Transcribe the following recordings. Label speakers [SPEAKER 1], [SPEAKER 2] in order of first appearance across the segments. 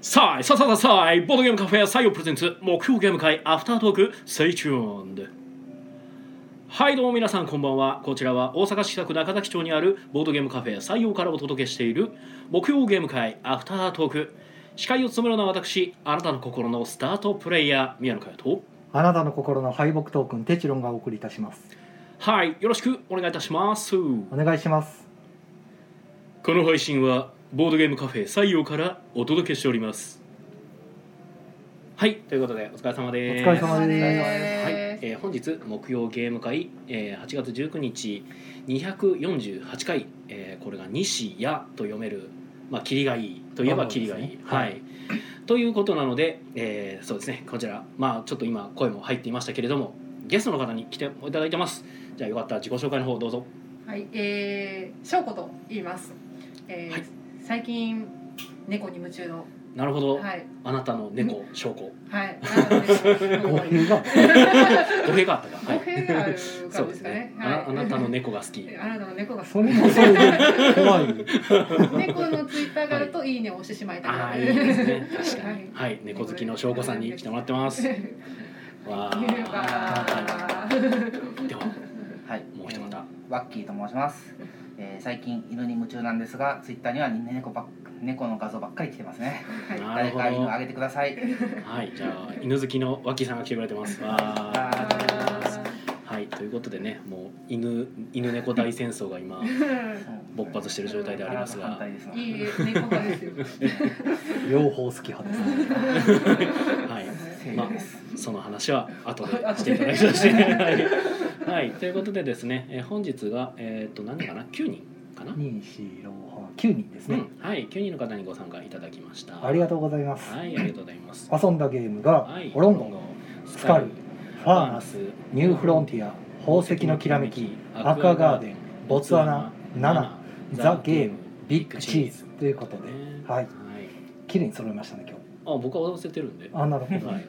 [SPEAKER 1] さあさあさあさあボードゲームカフェ採用プレゼンツ目標ゲーム会アフタートーク Stay tuned はいどうも皆さんこんばんはこちらは大阪市北区中崎町にあるボードゲームカフェ採用からお届けしている木曜ゲーム会アフタートーク司会を務めるのは私あなたの心のスタートプレイヤー宮野佳代と
[SPEAKER 2] あなたの心の敗北トークンテチロンがお送りいたします
[SPEAKER 1] はいよろしくお願いいたします
[SPEAKER 2] お願いします
[SPEAKER 1] この配信はボードゲームカフェ採用からお届けしておりますはいということでお疲れ様です
[SPEAKER 2] お疲れ様
[SPEAKER 3] お疲
[SPEAKER 1] はい
[SPEAKER 3] れ様です
[SPEAKER 1] えー本日木曜ゲーム会、えー8月19日248回、えーこれが「西矢」と読める、まあ、霧がいいといえば霧がいい、
[SPEAKER 2] そうですね
[SPEAKER 1] は、
[SPEAKER 2] はい
[SPEAKER 1] ということなので、えーそうですねこちら、まあ、ちょっと今声も入っていましたけれどもゲストの方に来ていただいてますじゃあよかったら自己紹介の方どうぞ
[SPEAKER 3] はい、えー、しょうこと言います。えー
[SPEAKER 1] はい
[SPEAKER 3] 最近猫に夢中の。
[SPEAKER 1] なるほど、
[SPEAKER 3] はい、
[SPEAKER 1] あなたの猫証拠
[SPEAKER 3] はい、な
[SPEAKER 2] 語
[SPEAKER 3] ので。
[SPEAKER 2] 弊が
[SPEAKER 1] 語弊があったか、
[SPEAKER 3] 語
[SPEAKER 1] はい、
[SPEAKER 3] 弊があるか
[SPEAKER 1] そう
[SPEAKER 3] ら
[SPEAKER 1] で
[SPEAKER 3] ですすか
[SPEAKER 1] ね
[SPEAKER 3] ね。、
[SPEAKER 1] あなあなたの猫
[SPEAKER 3] 猫。
[SPEAKER 1] が 好き
[SPEAKER 3] あなたの猫が
[SPEAKER 2] それもそれで怖い
[SPEAKER 3] 猫のツイッターがあるといいねを押してしまいた
[SPEAKER 1] ああ
[SPEAKER 3] い
[SPEAKER 1] いいですね確かに
[SPEAKER 3] は
[SPEAKER 1] はい猫好きの翔子さんに来てもらってますわ
[SPEAKER 3] い言えば
[SPEAKER 1] あでは
[SPEAKER 4] はい、
[SPEAKER 1] もう一方
[SPEAKER 4] えーワッキーと申します、えー最近犬に夢中なんですがツイッターには猫ばっ猫の画像ばっかり来てますね
[SPEAKER 3] は
[SPEAKER 1] なる
[SPEAKER 4] 誰
[SPEAKER 1] ほど
[SPEAKER 4] か犬あげてください
[SPEAKER 1] はいじゃあ犬好きの脇さんが来てくれてますわ
[SPEAKER 4] あ
[SPEAKER 1] あ
[SPEAKER 4] りがとうございます
[SPEAKER 1] はいということでねもう犬犬猫大戦争が今勃発してる状態であります
[SPEAKER 4] 反
[SPEAKER 1] が
[SPEAKER 4] 対ですが
[SPEAKER 3] い。いい猫派ですよ。
[SPEAKER 2] 両方好き派ですね
[SPEAKER 1] はい
[SPEAKER 4] 正
[SPEAKER 1] ま
[SPEAKER 4] 義です、
[SPEAKER 1] あその話は後でしていただきましてはい、はい、ということでですね、えー本日がえっ、と何人かな9人かな、
[SPEAKER 2] 二四六八九人です
[SPEAKER 1] う
[SPEAKER 2] ね、
[SPEAKER 1] ん、はい9人の方にご参加いただきました
[SPEAKER 2] ありがとうございます、
[SPEAKER 1] はいありがとうございます
[SPEAKER 2] 遊んだゲームが、
[SPEAKER 1] はい
[SPEAKER 2] オロンゴ
[SPEAKER 1] ス
[SPEAKER 2] スカルファーナス
[SPEAKER 1] ファーナ
[SPEAKER 2] ニューフロンティア宝石のきらめきアクアガーデンボツワナナナザゲームビッグチーズということではい綺麗に揃えましたね今日
[SPEAKER 1] あ僕は踊らせてるんで、は
[SPEAKER 2] あなるほ
[SPEAKER 1] い
[SPEAKER 2] ど
[SPEAKER 1] あ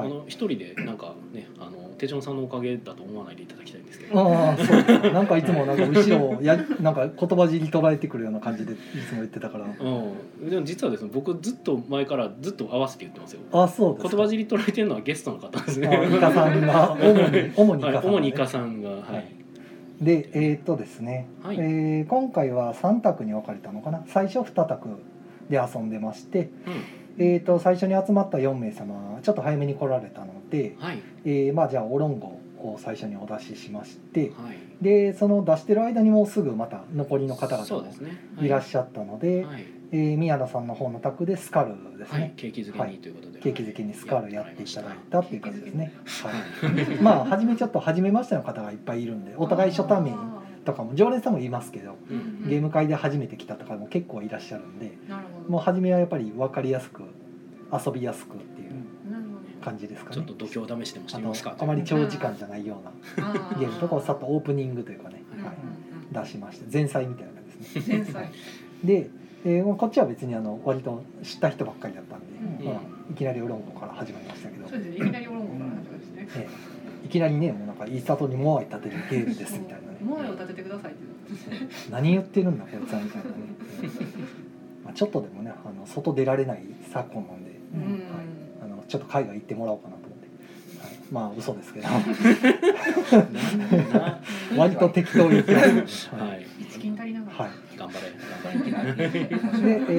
[SPEAKER 2] はい
[SPEAKER 1] の一人でなんかねあの手順さんのおかげだと思わないでいただきたいんですけど、
[SPEAKER 2] ああそうかなんかいつもなんか後ろをやなんか言葉尻捉えてくるような感じでいつも言ってたから
[SPEAKER 1] うん、でも実はですね僕ずっと前からずっと合わせて言ってますよ
[SPEAKER 2] あそうです
[SPEAKER 1] 言
[SPEAKER 2] か
[SPEAKER 1] 葉尻捉えてるのはゲストの方ですね
[SPEAKER 2] あイカさんが主に主にイ
[SPEAKER 1] はい
[SPEAKER 2] カさん、ね、
[SPEAKER 1] 主にイカさんがはい、
[SPEAKER 2] でえーっとですね、
[SPEAKER 1] はい
[SPEAKER 2] えー今回は3択に分かれたのかな最初2択で遊んでまして、えー、と最初に集まった4名様ちょっと早めに来られたので
[SPEAKER 1] うん、、はい
[SPEAKER 2] えーまあ、じゃあオロンゴを最初にお出ししまして
[SPEAKER 1] はい
[SPEAKER 2] でその出してる間にもうすぐまた残りの方々
[SPEAKER 1] そう
[SPEAKER 2] も
[SPEAKER 1] ですね
[SPEAKER 2] いらっ
[SPEAKER 1] ゃ
[SPEAKER 2] しゃったので、
[SPEAKER 1] はい、
[SPEAKER 2] えー宮田さんの方の宅でスカルです
[SPEAKER 1] はい
[SPEAKER 2] ね、、
[SPEAKER 1] ケーキ好きにということで、
[SPEAKER 2] ケーキ好きにスカルやっていただいたっていう感じですね、はい
[SPEAKER 1] はい
[SPEAKER 2] まあ初めちょっと初めましての方がいっぱいいるんでお互い初対面とかも常連さんもいますけど
[SPEAKER 1] うん
[SPEAKER 2] ゲーム会で初めて来たとかも結構いらっしゃるんで
[SPEAKER 3] なるほど。
[SPEAKER 2] もう初めはやっぱり分かりやすく遊びやすくっていう
[SPEAKER 3] なるほどね
[SPEAKER 2] 感じですか
[SPEAKER 1] ちょっ
[SPEAKER 2] ね
[SPEAKER 1] と度胸試してもし
[SPEAKER 2] あ
[SPEAKER 1] てみ
[SPEAKER 2] の
[SPEAKER 1] ますか
[SPEAKER 2] あまり長時間じゃないような
[SPEAKER 3] あー
[SPEAKER 2] ゲームとかをさっとオープニングというかね、
[SPEAKER 3] うんうん
[SPEAKER 2] はい、
[SPEAKER 3] うん
[SPEAKER 2] 出しまして前菜みたいな感じですね
[SPEAKER 3] 天才
[SPEAKER 2] で、えーもうこっちは別にあの割と知った人ばっかりだったん
[SPEAKER 1] う
[SPEAKER 2] で、
[SPEAKER 1] ん
[SPEAKER 2] まあ、いきなりウロンコから始まりましたけど
[SPEAKER 3] そう、ですねいきなりオロンゴから始まりましたね
[SPEAKER 2] ええいきなりねもうなんかイースター島にモアイ立てるゲームですみたいなね
[SPEAKER 3] 萌えを立ててくださいって言う
[SPEAKER 2] 何言ってるんだこいつはみたいなねまあちょっとでもねあの外出られない昨今なんで、
[SPEAKER 3] うん
[SPEAKER 2] はい、あのちょっと海外行ってもらおうかなと思って、はい、まあ嘘ですけど
[SPEAKER 1] は
[SPEAKER 2] 割と適当に言ってます、はい
[SPEAKER 1] い、
[SPEAKER 3] 一金足りなかった
[SPEAKER 2] は
[SPEAKER 1] 頑張れ
[SPEAKER 4] 元気な家
[SPEAKER 2] い、でえ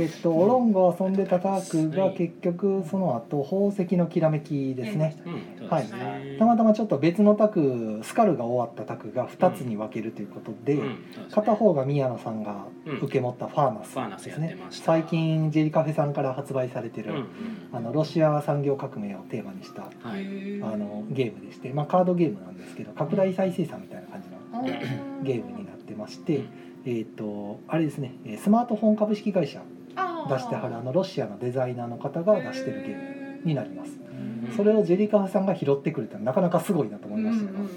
[SPEAKER 2] ーっとオロンゴ遊んでたターク
[SPEAKER 1] は
[SPEAKER 2] が
[SPEAKER 1] い
[SPEAKER 2] 結局その後宝石のきらめきですね
[SPEAKER 1] う
[SPEAKER 3] やりました
[SPEAKER 1] んそう
[SPEAKER 2] はい
[SPEAKER 1] ですね
[SPEAKER 2] たまたまちょっと別のタクスカルが終わったタクが2つに分けるということで、
[SPEAKER 1] うんそうですね
[SPEAKER 2] 片方が宮野さんが受け持ったファーナ
[SPEAKER 1] ファーナ
[SPEAKER 2] ス
[SPEAKER 1] ス
[SPEAKER 2] で
[SPEAKER 1] や
[SPEAKER 2] す
[SPEAKER 1] っ
[SPEAKER 2] ね、
[SPEAKER 1] てました
[SPEAKER 2] 最近ジェリカフェさんから発売されて
[SPEAKER 1] う
[SPEAKER 2] る、
[SPEAKER 1] んうん
[SPEAKER 2] あのロシア産業革命をテーマにした
[SPEAKER 1] は
[SPEAKER 3] へ
[SPEAKER 1] い
[SPEAKER 3] ー
[SPEAKER 2] あのゲームでして、まあ、カードゲームなんですけど拡大再生産みたいな感じの
[SPEAKER 3] あー
[SPEAKER 2] ゲームになってまして、えっとあれですねえースマートフォン株式会社
[SPEAKER 3] あー
[SPEAKER 2] 出してはるあのロシアのデザイナーの方が出してるゲーム
[SPEAKER 3] へ
[SPEAKER 2] になります
[SPEAKER 1] うん
[SPEAKER 2] それをジェリカフェさんが拾ってくれたのなかなかすごいなと思いましたけど、
[SPEAKER 3] うんうん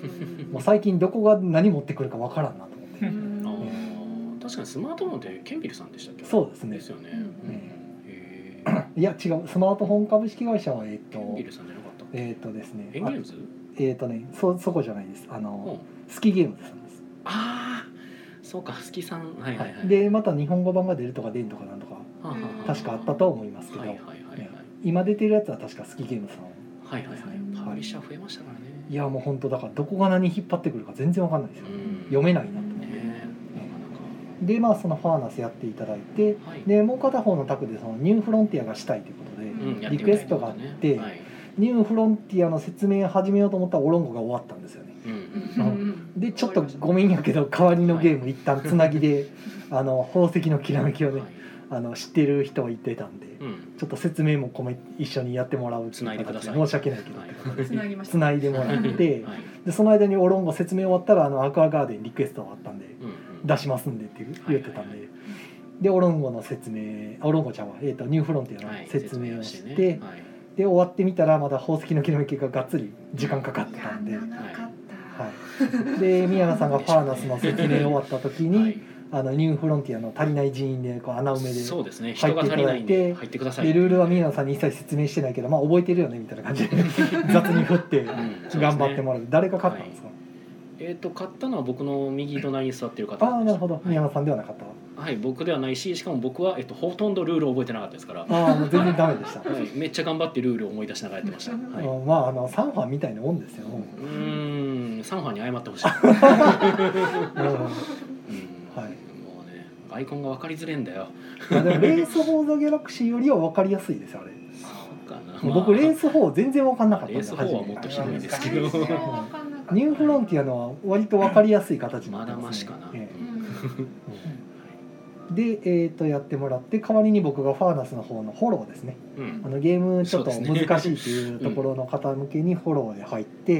[SPEAKER 2] もう最近どこが何持ってくるかわからんなと思って、
[SPEAKER 3] うん
[SPEAKER 1] あ
[SPEAKER 3] うん
[SPEAKER 1] ー確かにスマートフォンってケンピルさんでしたっけ
[SPEAKER 2] そうですね
[SPEAKER 1] ですよね
[SPEAKER 3] うん
[SPEAKER 1] うんへー
[SPEAKER 2] いや違うスマートフォン株式会社はえっ、
[SPEAKER 1] ケンピ
[SPEAKER 2] と
[SPEAKER 1] ルさんじゃなかった
[SPEAKER 2] えっ、とですね
[SPEAKER 1] エン
[SPEAKER 2] あ
[SPEAKER 1] ゲームズ
[SPEAKER 2] えっ、とねそそこじゃないですあ
[SPEAKER 1] うん
[SPEAKER 2] の、スキーゲームズさんです、
[SPEAKER 1] ああそうか好きさんはいはいはい
[SPEAKER 2] でまた日本語版が出るとか出んとかなんとか
[SPEAKER 1] はあはあはあ
[SPEAKER 2] 確かあったとは思いますけど、
[SPEAKER 1] はいはいはいははいはい
[SPEAKER 2] 今出てるやつは確か好きゲームさん
[SPEAKER 1] はいはいはいパブリッシャー増えましたからね
[SPEAKER 2] いやもう本当だからどこが何引っ張ってくるか全然わかんないですよ、
[SPEAKER 1] うん
[SPEAKER 2] 読めないなと
[SPEAKER 1] ねな
[SPEAKER 2] でまあそのファーナスやっていただいて
[SPEAKER 1] かなかはい
[SPEAKER 2] でもう片方のタクでそのニューフロンティアがしたいということで、
[SPEAKER 1] うんやってみたい
[SPEAKER 2] リクエストがあって
[SPEAKER 1] はい
[SPEAKER 2] ニューフロンティアの説明始めようと思ったらオロンゴが終わったんですよね
[SPEAKER 1] うんうん
[SPEAKER 2] でちょっとごめんやけど代わりのゲーム一旦つなぎで、あの宝石のきらめきをね、
[SPEAKER 1] はい
[SPEAKER 2] あの知ってる人は言ってたんで、
[SPEAKER 1] うん
[SPEAKER 2] ちょっと説明も込め一緒にやってもらうって
[SPEAKER 1] つないでください
[SPEAKER 2] 申し訳ないけど、
[SPEAKER 1] はい
[SPEAKER 3] つなぎました
[SPEAKER 2] つないでもらって
[SPEAKER 1] はい
[SPEAKER 2] でその間にオロンゴ説明終わったらあのアクアガーデンリクエスト終わったんで
[SPEAKER 1] うんうん
[SPEAKER 2] 出しますんでっていう
[SPEAKER 1] はい
[SPEAKER 2] 言ってたんで、でオロンゴの説明オロンゴちゃんは、えー、とニューフロンティア
[SPEAKER 1] はい
[SPEAKER 2] の説明をして,、
[SPEAKER 1] 説明ねはい
[SPEAKER 2] で終わってみたらまだ宝石のきらめきががっつり時間かかっ
[SPEAKER 3] い
[SPEAKER 2] て
[SPEAKER 3] や
[SPEAKER 2] たんで。
[SPEAKER 3] 長かった、
[SPEAKER 2] はい、で宮野さんがファーナスの説明終わった時に、
[SPEAKER 1] はい
[SPEAKER 2] あのニューフロンティアの足りない人員でこう穴埋めで
[SPEAKER 1] そうですね
[SPEAKER 2] 入
[SPEAKER 1] 人
[SPEAKER 2] って
[SPEAKER 1] が足
[SPEAKER 2] いた
[SPEAKER 1] り
[SPEAKER 2] だ
[SPEAKER 1] ない
[SPEAKER 2] い
[SPEAKER 1] ん
[SPEAKER 2] て
[SPEAKER 1] で入ってください
[SPEAKER 2] でルールは宮野さんに一切説明してないけど、まあ、覚えてるよねみたいな感 じで雑に振って
[SPEAKER 1] うん
[SPEAKER 2] 頑張ってもらう誰が勝ったんですか、
[SPEAKER 1] えっと買ったのは僕の右隣に座ってる方
[SPEAKER 2] ああなるほど宮
[SPEAKER 1] は
[SPEAKER 2] 野さんではなかった
[SPEAKER 1] いはい僕ではないししかも僕はえっとほとんどルールを覚えてなかったですから
[SPEAKER 2] ああもう全然ダメでした、
[SPEAKER 1] はいめっちゃ頑張ってルールを思い出しながらやってましたは
[SPEAKER 2] あ
[SPEAKER 1] い
[SPEAKER 2] のまああのサンファンみたいなもんですよ、も
[SPEAKER 1] うーんサンファンに謝ってほし い、うん
[SPEAKER 2] ううんはい
[SPEAKER 1] もうねアイコンが分かりづれえんだよ
[SPEAKER 2] まあでもレース・フォー・ザ・ギャラクシーよりは分かりやすいですよあれ、
[SPEAKER 1] そうかな、
[SPEAKER 2] 僕レー
[SPEAKER 1] ス
[SPEAKER 2] ス4全然分かんなかったん
[SPEAKER 1] レー
[SPEAKER 2] で
[SPEAKER 1] ス4は
[SPEAKER 2] 初め
[SPEAKER 1] もっとひ
[SPEAKER 4] 広
[SPEAKER 1] どいで
[SPEAKER 4] いですす
[SPEAKER 1] け
[SPEAKER 4] け
[SPEAKER 1] ど
[SPEAKER 4] ど
[SPEAKER 3] 最初は分かんなかっ た
[SPEAKER 2] ニューフロンティアのは割と分かりやすい形にな
[SPEAKER 1] ま
[SPEAKER 2] って
[SPEAKER 1] だ
[SPEAKER 2] ま
[SPEAKER 1] ますし
[SPEAKER 2] ね
[SPEAKER 1] かな、
[SPEAKER 2] ええ
[SPEAKER 3] うん
[SPEAKER 2] で、えー、とやってもらって代わりに僕がファーナスの方のフォローですね
[SPEAKER 1] うん、
[SPEAKER 2] あのゲームちょっと
[SPEAKER 1] そうですね
[SPEAKER 2] 難しいっていうところの方向けにフォローで入ってで,、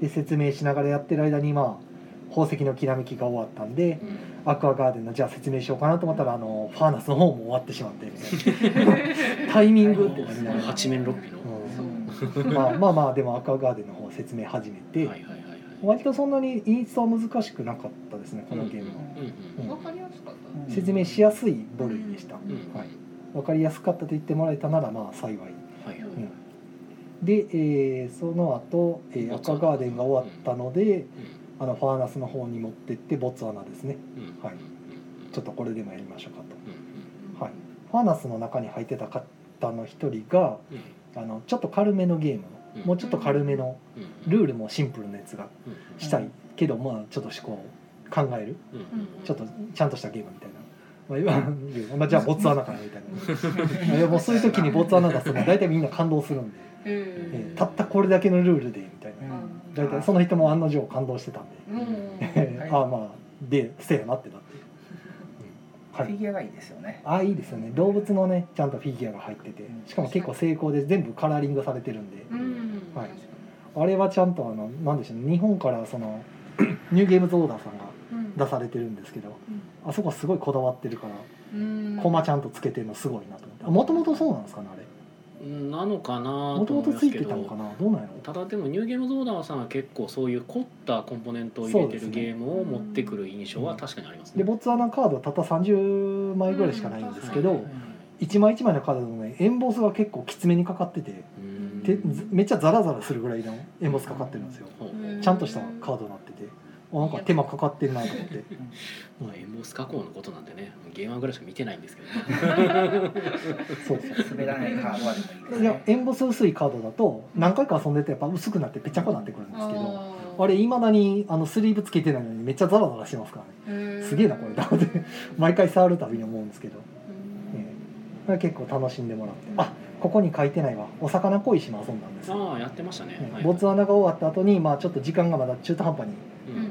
[SPEAKER 1] はい、
[SPEAKER 2] 説明しながらやってる間にまあ宝石のきらめきが終わったんで
[SPEAKER 1] うん
[SPEAKER 2] アクアガーデンのじゃあ説明しようかなと思ったらあのファーナスの方も終わってしまってみたいなタイミングってなりながら
[SPEAKER 1] 八面六臂の、
[SPEAKER 2] うんまあまあまあでもアクアガーデンの方説明始めて、
[SPEAKER 1] はいはいはいはい
[SPEAKER 2] 割とそんなにインストは難しくなかったですねこのゲームは、
[SPEAKER 1] うんうん
[SPEAKER 3] そう分かりやすかった
[SPEAKER 2] 説明しやすい部類でした、
[SPEAKER 1] うんうん
[SPEAKER 2] はい分かりやすかったと言ってもらえたならまあ幸い
[SPEAKER 1] はいはい
[SPEAKER 2] うんで、えーその後、えー、アクアガーデンが終わったのであのファーナスの方に持ってってボツワナですね
[SPEAKER 1] うんうん
[SPEAKER 2] はいちょっとこれでもやりましょうかと
[SPEAKER 1] うん
[SPEAKER 2] はいファーナスの中に入ってた方の一人が
[SPEAKER 1] うん
[SPEAKER 2] あのちょっと軽めのゲーム
[SPEAKER 1] うん
[SPEAKER 2] のもうちょっと軽めの
[SPEAKER 1] うん
[SPEAKER 2] ルールもシンプルなやつが
[SPEAKER 1] うん
[SPEAKER 2] したいけどまあちょっと思考を考える
[SPEAKER 1] うん
[SPEAKER 2] ちょっとちゃんとしたゲームみたいな。まあ今、まあ、じゃあボツワナかなみた いな。いやもうそういう時にボツワナ出すと大体みんな感動するんで、
[SPEAKER 3] うん
[SPEAKER 2] えーたったこれだけのルールでみたいな。大体その人も案の定感動してたんで、
[SPEAKER 3] うん
[SPEAKER 2] え
[SPEAKER 4] はい
[SPEAKER 2] ーああまあでせやなってなって。うんは
[SPEAKER 4] フィ
[SPEAKER 2] い。
[SPEAKER 4] ギュアがいいですよね。
[SPEAKER 2] ああいいですよね。動物のねちゃんとフィギュアが入ってて、しかも結構成功で全部カラーリングされてるんで、
[SPEAKER 3] うん
[SPEAKER 2] はいあれはちゃんとあのなんでしょうね。日本からその ニューゲームズオーダーさんが
[SPEAKER 3] うん
[SPEAKER 2] 出されてるんですけど、あそこすごいこだわってるから。
[SPEAKER 3] うん
[SPEAKER 2] コマちゃんとつけてるのすごいなと思ってもともとそうなんですかねあれ
[SPEAKER 1] うんなのかな
[SPEAKER 2] も
[SPEAKER 1] と
[SPEAKER 2] と
[SPEAKER 1] 思い
[SPEAKER 2] もと
[SPEAKER 1] ま
[SPEAKER 2] つ
[SPEAKER 1] す
[SPEAKER 2] い
[SPEAKER 1] け
[SPEAKER 2] てた
[SPEAKER 1] ど
[SPEAKER 2] のかなどうなんやろ
[SPEAKER 1] ただでもニューゲームゾーダーさんは結構そういう凝ったコンポネントを入れて
[SPEAKER 2] そ
[SPEAKER 1] る
[SPEAKER 2] うですね
[SPEAKER 1] ゲームを持ってくる印象は確かにあります
[SPEAKER 2] で
[SPEAKER 1] ね。
[SPEAKER 2] ボツワナカードたった30枚ぐらいしかないんですけど、
[SPEAKER 1] うん
[SPEAKER 2] 1枚1枚のカードのねエンボスが結構きつめにかかってて
[SPEAKER 1] うん
[SPEAKER 2] てずめっちゃザラザラするぐらいのエンボスかかってるんですよ
[SPEAKER 1] ほうほう
[SPEAKER 3] うん
[SPEAKER 2] ちゃんとしたカードになっててあなんか手間かかってるなと思って
[SPEAKER 1] まあエモス加工のことなんでね、ゲームぐらいしか見てないんですけどね。
[SPEAKER 2] そうそう
[SPEAKER 4] 滑らないカードはでもいいです
[SPEAKER 2] いや
[SPEAKER 4] ね。
[SPEAKER 2] エンボス薄いカードだと何回か遊んでてやっぱ薄くなってぺちゃこになってくるんですけど
[SPEAKER 3] あー
[SPEAKER 2] あれいまだにあのスリーブつけてないのにめっちゃザラザラしてますからね
[SPEAKER 3] へー
[SPEAKER 2] すげえなこれだって毎回触るたびに思うんですけど
[SPEAKER 3] うん
[SPEAKER 2] ええ結構楽しんでもらってあここに書いてないわお魚恋しも遊んだんですよ、
[SPEAKER 1] ああやってましたね。はいはい
[SPEAKER 2] ボツワナが終わった後にまあちょっと時間がまだ中途半端に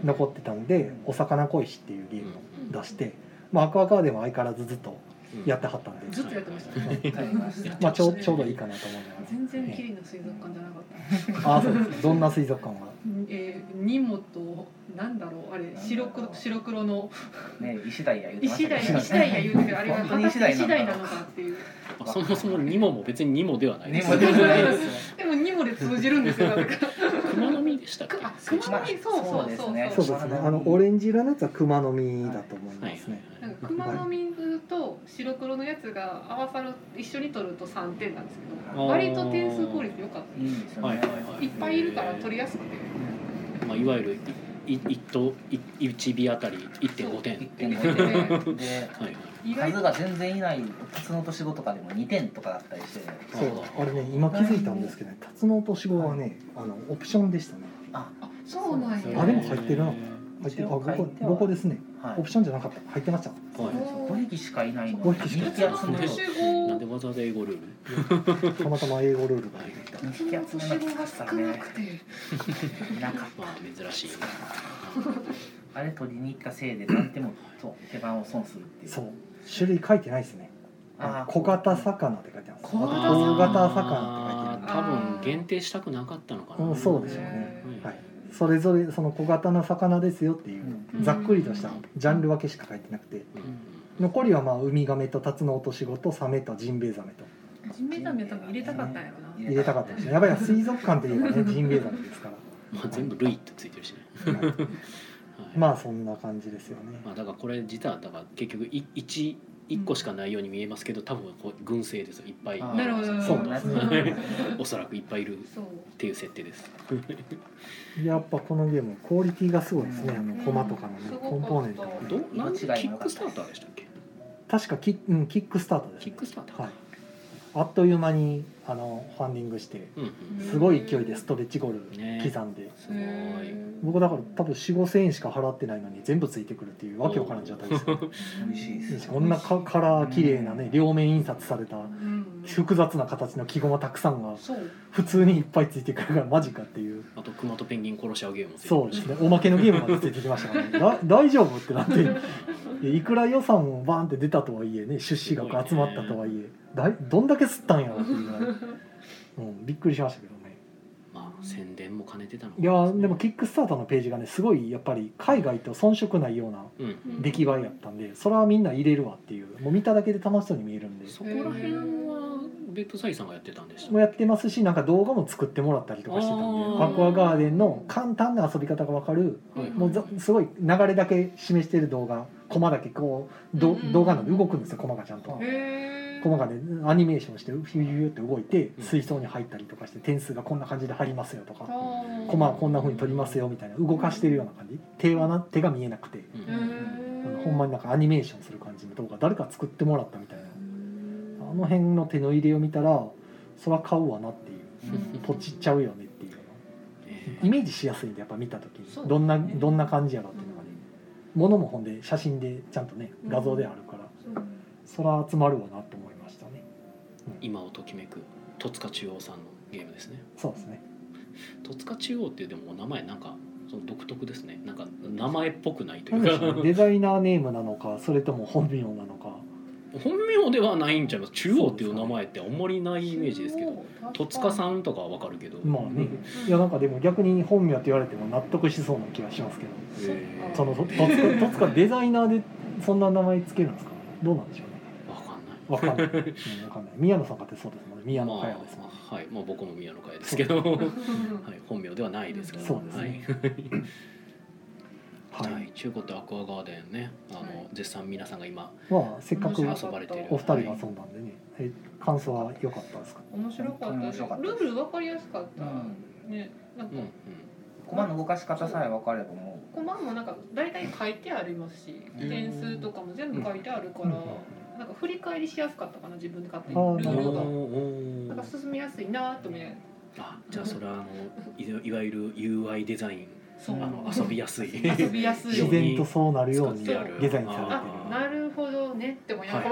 [SPEAKER 1] うん
[SPEAKER 2] 残ってたんで「お魚恋し」っていうゲームを出して、まあ、アクアカーデンは相変わらずずっと
[SPEAKER 1] うん
[SPEAKER 2] やってはったんで、
[SPEAKER 3] ずっとやってましたね
[SPEAKER 1] はい
[SPEAKER 4] わかりました
[SPEAKER 2] まあ、ちょうちょうどいいかなと思いながら
[SPEAKER 3] 全然キリの水族館じゃなかった。
[SPEAKER 2] ああそうですどんな水族館は
[SPEAKER 3] えー、ニモとなんだろうあれ白黒白黒の
[SPEAKER 4] ね、石鯛や言ってま
[SPEAKER 3] 石
[SPEAKER 4] した
[SPEAKER 3] 鯛
[SPEAKER 4] けど。
[SPEAKER 3] 石鯛が言うてるあれは
[SPEAKER 4] 本
[SPEAKER 3] 果
[SPEAKER 4] 当に
[SPEAKER 3] たし
[SPEAKER 4] 石
[SPEAKER 3] て
[SPEAKER 4] 鯛
[SPEAKER 3] 石
[SPEAKER 4] な
[SPEAKER 3] 鯛
[SPEAKER 4] んだ
[SPEAKER 3] なのかっていう
[SPEAKER 1] あそもそもニモも別にニモではないで
[SPEAKER 4] ね
[SPEAKER 1] す。
[SPEAKER 4] もうでもないですよ。
[SPEAKER 3] でもニモで通じるんで すよだから
[SPEAKER 1] 熊の実でしたっけ？
[SPEAKER 3] あ熊の実そうそう
[SPEAKER 4] まあですね
[SPEAKER 2] そうですねあのオレンジ色のやつは熊の実だと思い
[SPEAKER 1] はい
[SPEAKER 2] ま
[SPEAKER 1] はい
[SPEAKER 2] すね、
[SPEAKER 1] は
[SPEAKER 3] ないんか熊の水と白黒のやつが合わさる一緒に取ると3点なんですけど割と点数効率良かっ
[SPEAKER 4] いいですよね。
[SPEAKER 1] はいはいは
[SPEAKER 3] たいっぱいいるから取りやすくて
[SPEAKER 1] まあいわゆるいい一等い一尾あたり1.5点。
[SPEAKER 4] 1.5点で
[SPEAKER 1] はいはい。
[SPEAKER 3] 意外
[SPEAKER 4] 数
[SPEAKER 3] と
[SPEAKER 4] が全然いない普通の年子とかでも2点とかだったりして
[SPEAKER 2] そうあれね今気づいたんですけどねタツノオトシゴはねあのオプションでしたね
[SPEAKER 4] あ
[SPEAKER 3] あそうなんや
[SPEAKER 2] あでも入ってるな
[SPEAKER 1] へ
[SPEAKER 2] 入ってあ
[SPEAKER 4] 一応
[SPEAKER 2] 五
[SPEAKER 4] 入
[SPEAKER 2] 個
[SPEAKER 4] っては
[SPEAKER 2] 五個ですね
[SPEAKER 4] は
[SPEAKER 2] オ
[SPEAKER 4] い
[SPEAKER 2] プションじゃなかった入ってました
[SPEAKER 1] ーはい
[SPEAKER 4] 5匹しかいないの
[SPEAKER 2] 五匹しか
[SPEAKER 4] 2匹集め
[SPEAKER 1] で
[SPEAKER 4] る
[SPEAKER 1] す
[SPEAKER 3] 年
[SPEAKER 1] なん
[SPEAKER 3] 号
[SPEAKER 1] でわざわざ英語ルール
[SPEAKER 2] たまたま英語ルールが入ってた
[SPEAKER 4] 2
[SPEAKER 3] そんな
[SPEAKER 4] 匹集め
[SPEAKER 3] 年号
[SPEAKER 4] なか
[SPEAKER 3] が
[SPEAKER 4] った
[SPEAKER 3] 少
[SPEAKER 4] ら
[SPEAKER 3] な
[SPEAKER 4] ね
[SPEAKER 3] くて
[SPEAKER 4] いなかっ
[SPEAKER 1] まあ珍しい
[SPEAKER 4] たあれ取りに行ったせいで何でもそう手番を損するっていう
[SPEAKER 2] そう種類書いてないですね
[SPEAKER 4] あー
[SPEAKER 2] 小型魚って書いてます
[SPEAKER 3] 小型魚
[SPEAKER 2] 大型魚って書いて
[SPEAKER 1] あー多分限定したくなかったのかな、
[SPEAKER 2] うんそうでしょうねあるはいそれぞれその小型の魚ですよっていううんざっくりとしたジャンル分けしか書いてなくて
[SPEAKER 1] うん
[SPEAKER 2] 残りはまあウミガメとタツノオトシゴとサメとジンベエザメと
[SPEAKER 3] ジンベエザメは多分入れたかったんやろな
[SPEAKER 2] 入れたかったですねやばいな水族館といえば ねジンベエザメですから
[SPEAKER 1] まあ、全部「類」ってついてるしね、
[SPEAKER 2] はい
[SPEAKER 1] はい
[SPEAKER 2] まあそんな感じですよね
[SPEAKER 1] まあ、だからこれ実はだから結局い一一個しかないように見えますけど多分こう群生ですよいっぱい
[SPEAKER 4] あー
[SPEAKER 3] なるほど
[SPEAKER 2] そうですね
[SPEAKER 1] おそらくいっぱいいるっ
[SPEAKER 3] そう
[SPEAKER 1] ていう設定です
[SPEAKER 2] やっぱこのゲームクオリティがすごいですねあのコマとかの
[SPEAKER 3] す
[SPEAKER 2] ね
[SPEAKER 3] ごかった
[SPEAKER 2] コンポーネントが
[SPEAKER 1] ど
[SPEAKER 2] ね
[SPEAKER 1] うなんでキ
[SPEAKER 4] 色違い
[SPEAKER 1] ッ
[SPEAKER 4] も良か
[SPEAKER 1] ク
[SPEAKER 4] った
[SPEAKER 1] スターターでしたっけ
[SPEAKER 2] 確かキッ,、うん、キックスタートです
[SPEAKER 1] キ
[SPEAKER 2] ね
[SPEAKER 1] ックスターターか、
[SPEAKER 2] はいあっという間にあのファンディングして
[SPEAKER 1] うんうん
[SPEAKER 2] すごい勢いでストレッチゴー
[SPEAKER 1] ね
[SPEAKER 2] ル刻んで、
[SPEAKER 1] すごい
[SPEAKER 2] 僕だから多分4 5千円しか払ってないのに全部ついてくるっていうわけわからん状態ですよ
[SPEAKER 4] 美味しいです
[SPEAKER 2] こんなかカラー綺麗なね両面印刷された
[SPEAKER 3] うん
[SPEAKER 2] 複雑な形の記号がたくさんが
[SPEAKER 3] そう
[SPEAKER 2] 普通にいっぱいついてくるからマジかっていう
[SPEAKER 1] あと熊とペンギン殺し合うゲームもついて
[SPEAKER 2] そうですねおまけのゲームまでついてきましたからね だ大丈夫ってなっていくら予算もバーンって出たとはいえね出資額集まったとはいえだいどんだけ吸ったんやろっていうぐらい、うん、びっくりしましたけどね
[SPEAKER 1] まあ宣伝も兼ねてたのか
[SPEAKER 2] いやーでもキックスターターのページがねすごいやっぱり海外と遜色ないような
[SPEAKER 1] うん
[SPEAKER 2] 出来栄えやったんでそれはみんな入れるわっていうもう見ただけで楽しそうに見えるんで
[SPEAKER 1] そこら辺は別府サイさんがやってたんでした
[SPEAKER 2] もうやってますしなんか動画も作ってもらったりとかしてたんで
[SPEAKER 1] あー
[SPEAKER 2] アクアガーデンの簡単な遊び方が分かる
[SPEAKER 1] はい
[SPEAKER 2] もうざすごい流れだけ示してる動画コマだけこうど
[SPEAKER 3] うん
[SPEAKER 2] 動画なんで動くんですよコマがちゃんと。
[SPEAKER 3] へえ
[SPEAKER 2] コマがねアニメーションしてフィューフィューって動いて
[SPEAKER 1] うん
[SPEAKER 2] 水槽に入ったりとかして点数がこんな感じで入りますよとか
[SPEAKER 3] あ
[SPEAKER 2] コマはこんな風に取りますよみたいな動かしてるような感じ手はな手が見えなくて
[SPEAKER 1] うん
[SPEAKER 3] へ
[SPEAKER 2] あ
[SPEAKER 3] ー
[SPEAKER 2] のほんまになんかアニメーションする感じの動画誰か作ってもらったみたいなあの辺の手の入れを見たらそら買うわなっていう
[SPEAKER 3] うん
[SPEAKER 2] ポチっちゃうよねっていう
[SPEAKER 1] え
[SPEAKER 2] イメージしやすいんでやっぱ見た時
[SPEAKER 3] そう
[SPEAKER 2] に
[SPEAKER 3] ね
[SPEAKER 2] どんなどんな感じやろっていうのがね物もほんで写真でちゃんとね画像であるから
[SPEAKER 3] そう
[SPEAKER 2] そら集まるわなと思いましたね
[SPEAKER 1] 今をときめく戸塚中央さんのゲームですね
[SPEAKER 2] そうですね
[SPEAKER 1] 戸塚中央ってでもお名前なんかその独特ですねなんか名前っぽくないとい
[SPEAKER 2] 何
[SPEAKER 1] う
[SPEAKER 2] でしょ うね
[SPEAKER 1] か
[SPEAKER 2] デザイナーネームなのかそれとも本名なのか
[SPEAKER 1] 本名ではないんちゃいます中央っていう名前ってあんまりないイメージですけど戸塚さ
[SPEAKER 3] ん
[SPEAKER 1] んとかはわかるけど
[SPEAKER 2] まあねいやなんかでも逆に本名って言われても納得しそうな気がしますけど
[SPEAKER 1] えー
[SPEAKER 2] そのとつかとつかデザイナーでそんな名前つけるんですかどうなんでしょうね
[SPEAKER 1] わかんない
[SPEAKER 2] わかんな い、うん、わかんない宮野さんかってそうですもんね宮野佳代ですもんね、
[SPEAKER 1] まあ、はい、まあ、僕も宮野佳代ですけど、はい、本名ではないですから。
[SPEAKER 2] そうですね
[SPEAKER 1] はい、
[SPEAKER 2] は
[SPEAKER 1] はいい、中古ってアクアガーデンね、あの、
[SPEAKER 3] はい
[SPEAKER 1] 絶賛皆さんが今。
[SPEAKER 2] まあせっかく
[SPEAKER 3] 面白
[SPEAKER 1] 遊ばれている。
[SPEAKER 2] お二人が遊
[SPEAKER 1] はい
[SPEAKER 2] んだんでね、え感想は良かったですか
[SPEAKER 3] 面白かったですルール分かりやすかっ
[SPEAKER 4] う
[SPEAKER 3] た、
[SPEAKER 4] ん
[SPEAKER 3] ねなん
[SPEAKER 1] う
[SPEAKER 3] か
[SPEAKER 1] ん、うん、
[SPEAKER 4] 駒の動かし方さえ分かればも
[SPEAKER 3] コマもなんか大体書いてありますし
[SPEAKER 4] うん
[SPEAKER 3] 点数とかも全部書いてあるから、なんか振り返りしやすかったかな自分で勝手に
[SPEAKER 2] あー
[SPEAKER 3] ル
[SPEAKER 2] なる
[SPEAKER 3] ー
[SPEAKER 2] ほど
[SPEAKER 3] ルが
[SPEAKER 1] お
[SPEAKER 3] なん
[SPEAKER 1] ー
[SPEAKER 3] か進みやすいなと思って
[SPEAKER 1] あ、じゃあ、それは、あの、いわいわゆる U. I. デザイン、
[SPEAKER 3] そう
[SPEAKER 1] あの、遊びや すい。
[SPEAKER 3] 遊びやすい
[SPEAKER 2] 自然とそうなるように
[SPEAKER 1] 使
[SPEAKER 2] デ
[SPEAKER 1] って
[SPEAKER 2] ザ
[SPEAKER 1] ある
[SPEAKER 2] インされてる
[SPEAKER 3] あなるほどねって思いながら、